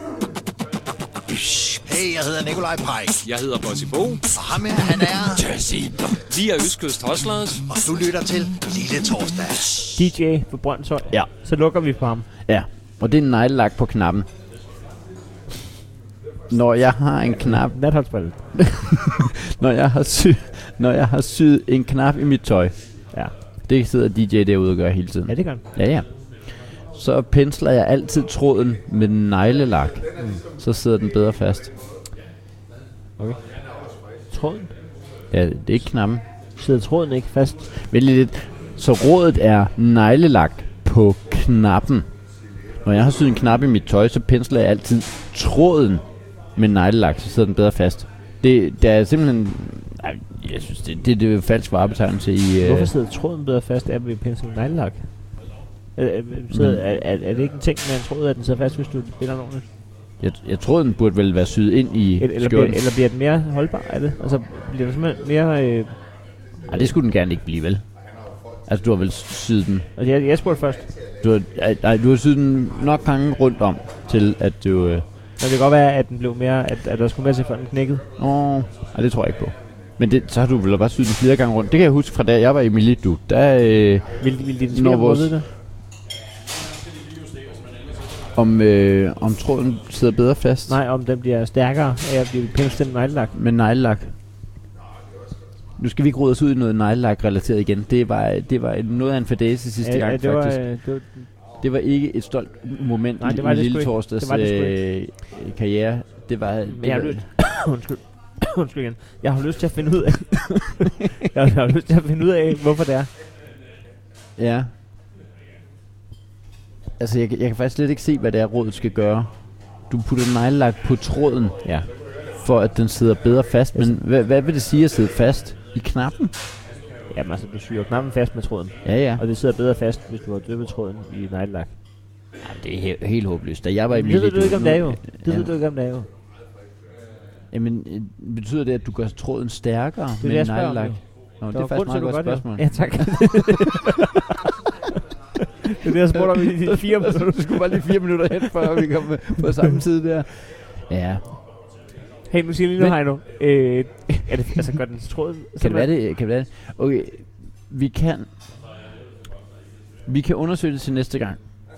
S4: Hey, jeg hedder Nikolaj Pajk.
S1: Jeg hedder Bossy Bo.
S4: Og ham her, han er...
S1: De er Østkyst Hoslers.
S4: Og du lytter til Lille Torsdag.
S2: DJ på Brøndshøj.
S3: Ja.
S2: Så lukker vi på ham.
S3: Ja, og det er nejlelak på knappen. Når jeg har en knap,
S2: Natholdsballet.
S3: når jeg har sy, når jeg har syet en knap i mit tøj,
S2: Ja.
S3: det sidder DJ derude og gør hele tiden.
S2: Ja, det gør han.
S3: Ja, ja. Så pensler jeg altid tråden med neglelak. Mm. Så sidder den bedre fast.
S2: Tråden.
S3: Ja, det er ikke knappen.
S2: Sidder tråden ikke fast?
S3: Vent lige lidt. Så rådet er neglelak på knappen. Når jeg har syet en knap i mit tøj, så pensler jeg altid tråden med neglelak, så sidder den bedre fast. Det, der er simpelthen... Ej, jeg synes, det, det, det er falsk varebetegnelse i...
S2: Hvorfor
S3: Øh,
S2: sidder tråden bedre fast af ved pensel nejlak? Er, er, Øh, sidder- er, er, er, det ikke en ting med en tråd, at den sidder fast, hvis du binder den ordentligt?
S3: jeg, jeg tror, den burde vel være syet ind i
S2: Eller, eller, bliver,
S3: skjorten.
S2: eller bliver den mere holdbar af det? Altså, bliver den simpelthen mere... Øh,
S3: Ej, det skulle den gerne ikke blive, vel? Altså, du har vel syet den
S2: altså, jeg, jeg spurgte først.
S3: Du har, ej, ej, du har syet den nok gange rundt om, til at du... Øh,
S2: Men det kan godt være, at den blev mere... At, at der skulle mere til, før den knækkede.
S3: åh, ej, det tror jeg ikke på. Men det, så har du vel bare syet den flere gange rundt. Det kan jeg huske fra da jeg var i Militu. Der, øh,
S2: Vil, vil de den
S3: Når
S2: sviger
S3: vores-
S2: vores... det?
S3: om, øh, om tråden sidder bedre fast
S2: Nej, om den bliver stærkere af at blive pindstillet nejlak.
S3: med neglelak. Nu skal vi ikke rode os ud i noget neglelak-relateret igen. Det var, det var noget af en fadæse sidste
S2: Ja,
S3: gang,
S2: ja, det var,
S3: faktisk.
S2: øh, det var,
S3: Det var ikke et stolt moment
S2: Nej, det
S3: i
S2: var
S3: min
S2: det sgu
S3: lille
S2: ikke.
S3: torsdags
S2: Det var det sgu
S3: øh, karriere. Det var... det
S2: jeg har
S3: var-
S2: lyst- Undskyld. Undskyld igen. Jeg har lyst til at finde ud af... jeg, har, jeg har lyst til at finde ud af, hvorfor det er.
S3: Ja. Altså, jeg, kan- jeg kan faktisk slet ikke se, hvad det er, rådet skal gøre. Du putter nejlak på tråden,
S2: Ja.
S3: for at den sidder bedre fast. Men hvad, hvad vil det sige at sidde fast? I knappen?
S2: Jamen altså, du syr knappen fast med tråden.
S3: Ja, ja.
S2: Og det sidder bedre fast, hvis du har dyppet tråden i nejlak.
S3: Jamen, det er he- helt håbløst. Da jeg var i
S2: Det ved
S3: Milito-
S2: du ikke, om det er jo.
S3: nu-
S2: Det ved du ikke, om det er jo. Det
S3: Jamen, øh, betyder det, at du gør tråden stærkere
S2: er det,
S3: med
S2: jeg spørger om,
S3: nejlak?
S2: jo.
S3: Nå, det
S2: Der
S3: er
S2: var
S3: faktisk meget
S2: grund
S3: godt
S2: til, du
S3: spørgsmål.
S2: gør det. Ja, tak. det er det, jeg spurgte om i de fire minutter.
S3: du skulle bare lige fire minutter hen, før vi kom øh, på samme tid der. Ja,
S2: Hey, nu siger jeg lige
S3: Men-
S2: noget, Heino. Øh, er det, altså, gør den tråden...
S3: Kan det
S2: simpelthen-
S3: være det? Kan det være det? Okay, vi kan... Vi kan undersøge det til næste gang.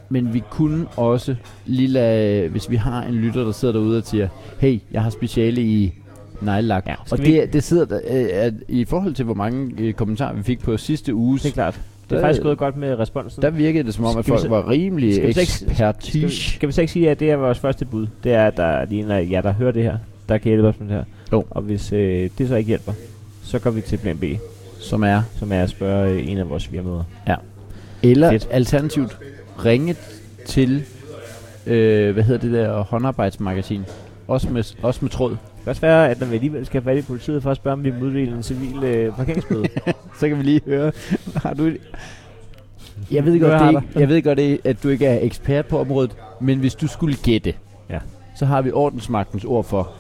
S3: Men vi kunne også lige lade, hvis vi har en lytter, der sidder derude og siger, hey, jeg har speciale i neglelak. Ja,
S2: Ja, skal
S3: og
S2: vi
S3: det, det sidder der, øh, at i forhold til, hvor mange øh, kommentarer vi fik på sidste uges,
S2: Det er klart. Det er
S3: Der-
S2: faktisk gået godt med responsen.
S3: der virkede det som om, at
S2: Skal vi
S3: folk
S2: så-
S3: var rimelig
S2: skal vi så ikke- Skal vi,
S3: ekspertish.
S2: skal vi så ikke sige, at det er vores første bud? Det er, at der er lige en af jer, der hører det her, der kan hjælpe os med det her.
S3: Jo.
S2: Og hvis øh, det så ikke hjælper, så går vi til plan B,
S3: Som er.
S2: som er at spørge øh, en af vores firmaer.
S3: Eller
S2: Fedt.
S3: alternativt ringe til, øh, hvad hedder det der, håndarbejdsmagasin. Også med, også med tråd.
S2: Det kan også være, at når vi alligevel skal have fat i politiet for at spørge, om vi må uddele en civil øh, parkeringsbøde.
S3: Så kan vi lige høre, har du et... Jeg ved,
S2: Nu
S3: godt,
S2: har
S3: det
S2: der.
S3: ikke, jeg ved godt, det- at du ikke er ekspert på området, men hvis du skulle gætte,
S2: Ja.
S3: så har vi ordensmagtens ord for.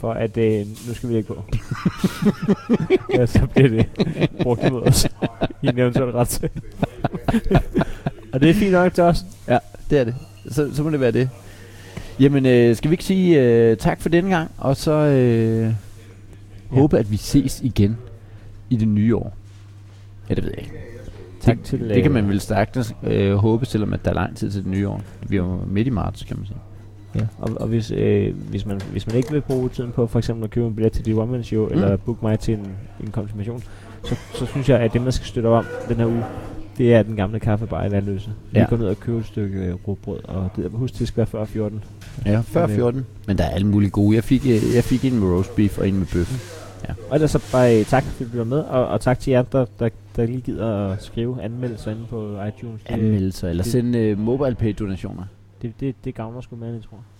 S2: for at øh, nu skal vi ikke på. ja, så bliver det brugt imod os i en eventuel retssag. og det er fint nok til os.
S3: Det er det. Så, så må det være det. Jamen, øh, skal vi ikke sige øh, tak for denne gang, og så øh, ja. håbe, at vi ses igen i det nye år. Ja, det ved jeg ikke.
S2: Tak
S3: det,
S2: til,
S3: det kan
S2: øh,
S3: man vel sagtens øh, håbe, selvom at der er lang tid til det nye år. Vi er jo midt i marts, kan man sige.
S2: Ja. Og, og hvis, øh, hvis, man, hvis man ikke vil bruge tiden på for eksempel at købe en billet til The One Man Show, mm. eller book mig til en, en konfirmation, så, så synes jeg, at det, man skal støtte op om den her uge, det er den gamle kaffebar i Vandløse. Ja.
S3: Ja.
S2: Vi går ned og køber et stykke øh, rugbrød, og det der husk, det skal være før 14.
S3: Ja, før
S2: Men, øh,
S3: 14. Men der er alle mulige gode. Jeg fik, øh, jeg fik en med roast beef og en med bøf.
S2: Og ellers så bare øh, tak, fordi du var med, og, og tak til jer, der, der, der lige gider at skrive anmeldelser inde på iTunes. Det,
S3: Anmeldelser eller
S2: det-
S3: sende øh, mobile pay donationer.
S2: det, det, det gavner sgu mere, end jeg tror.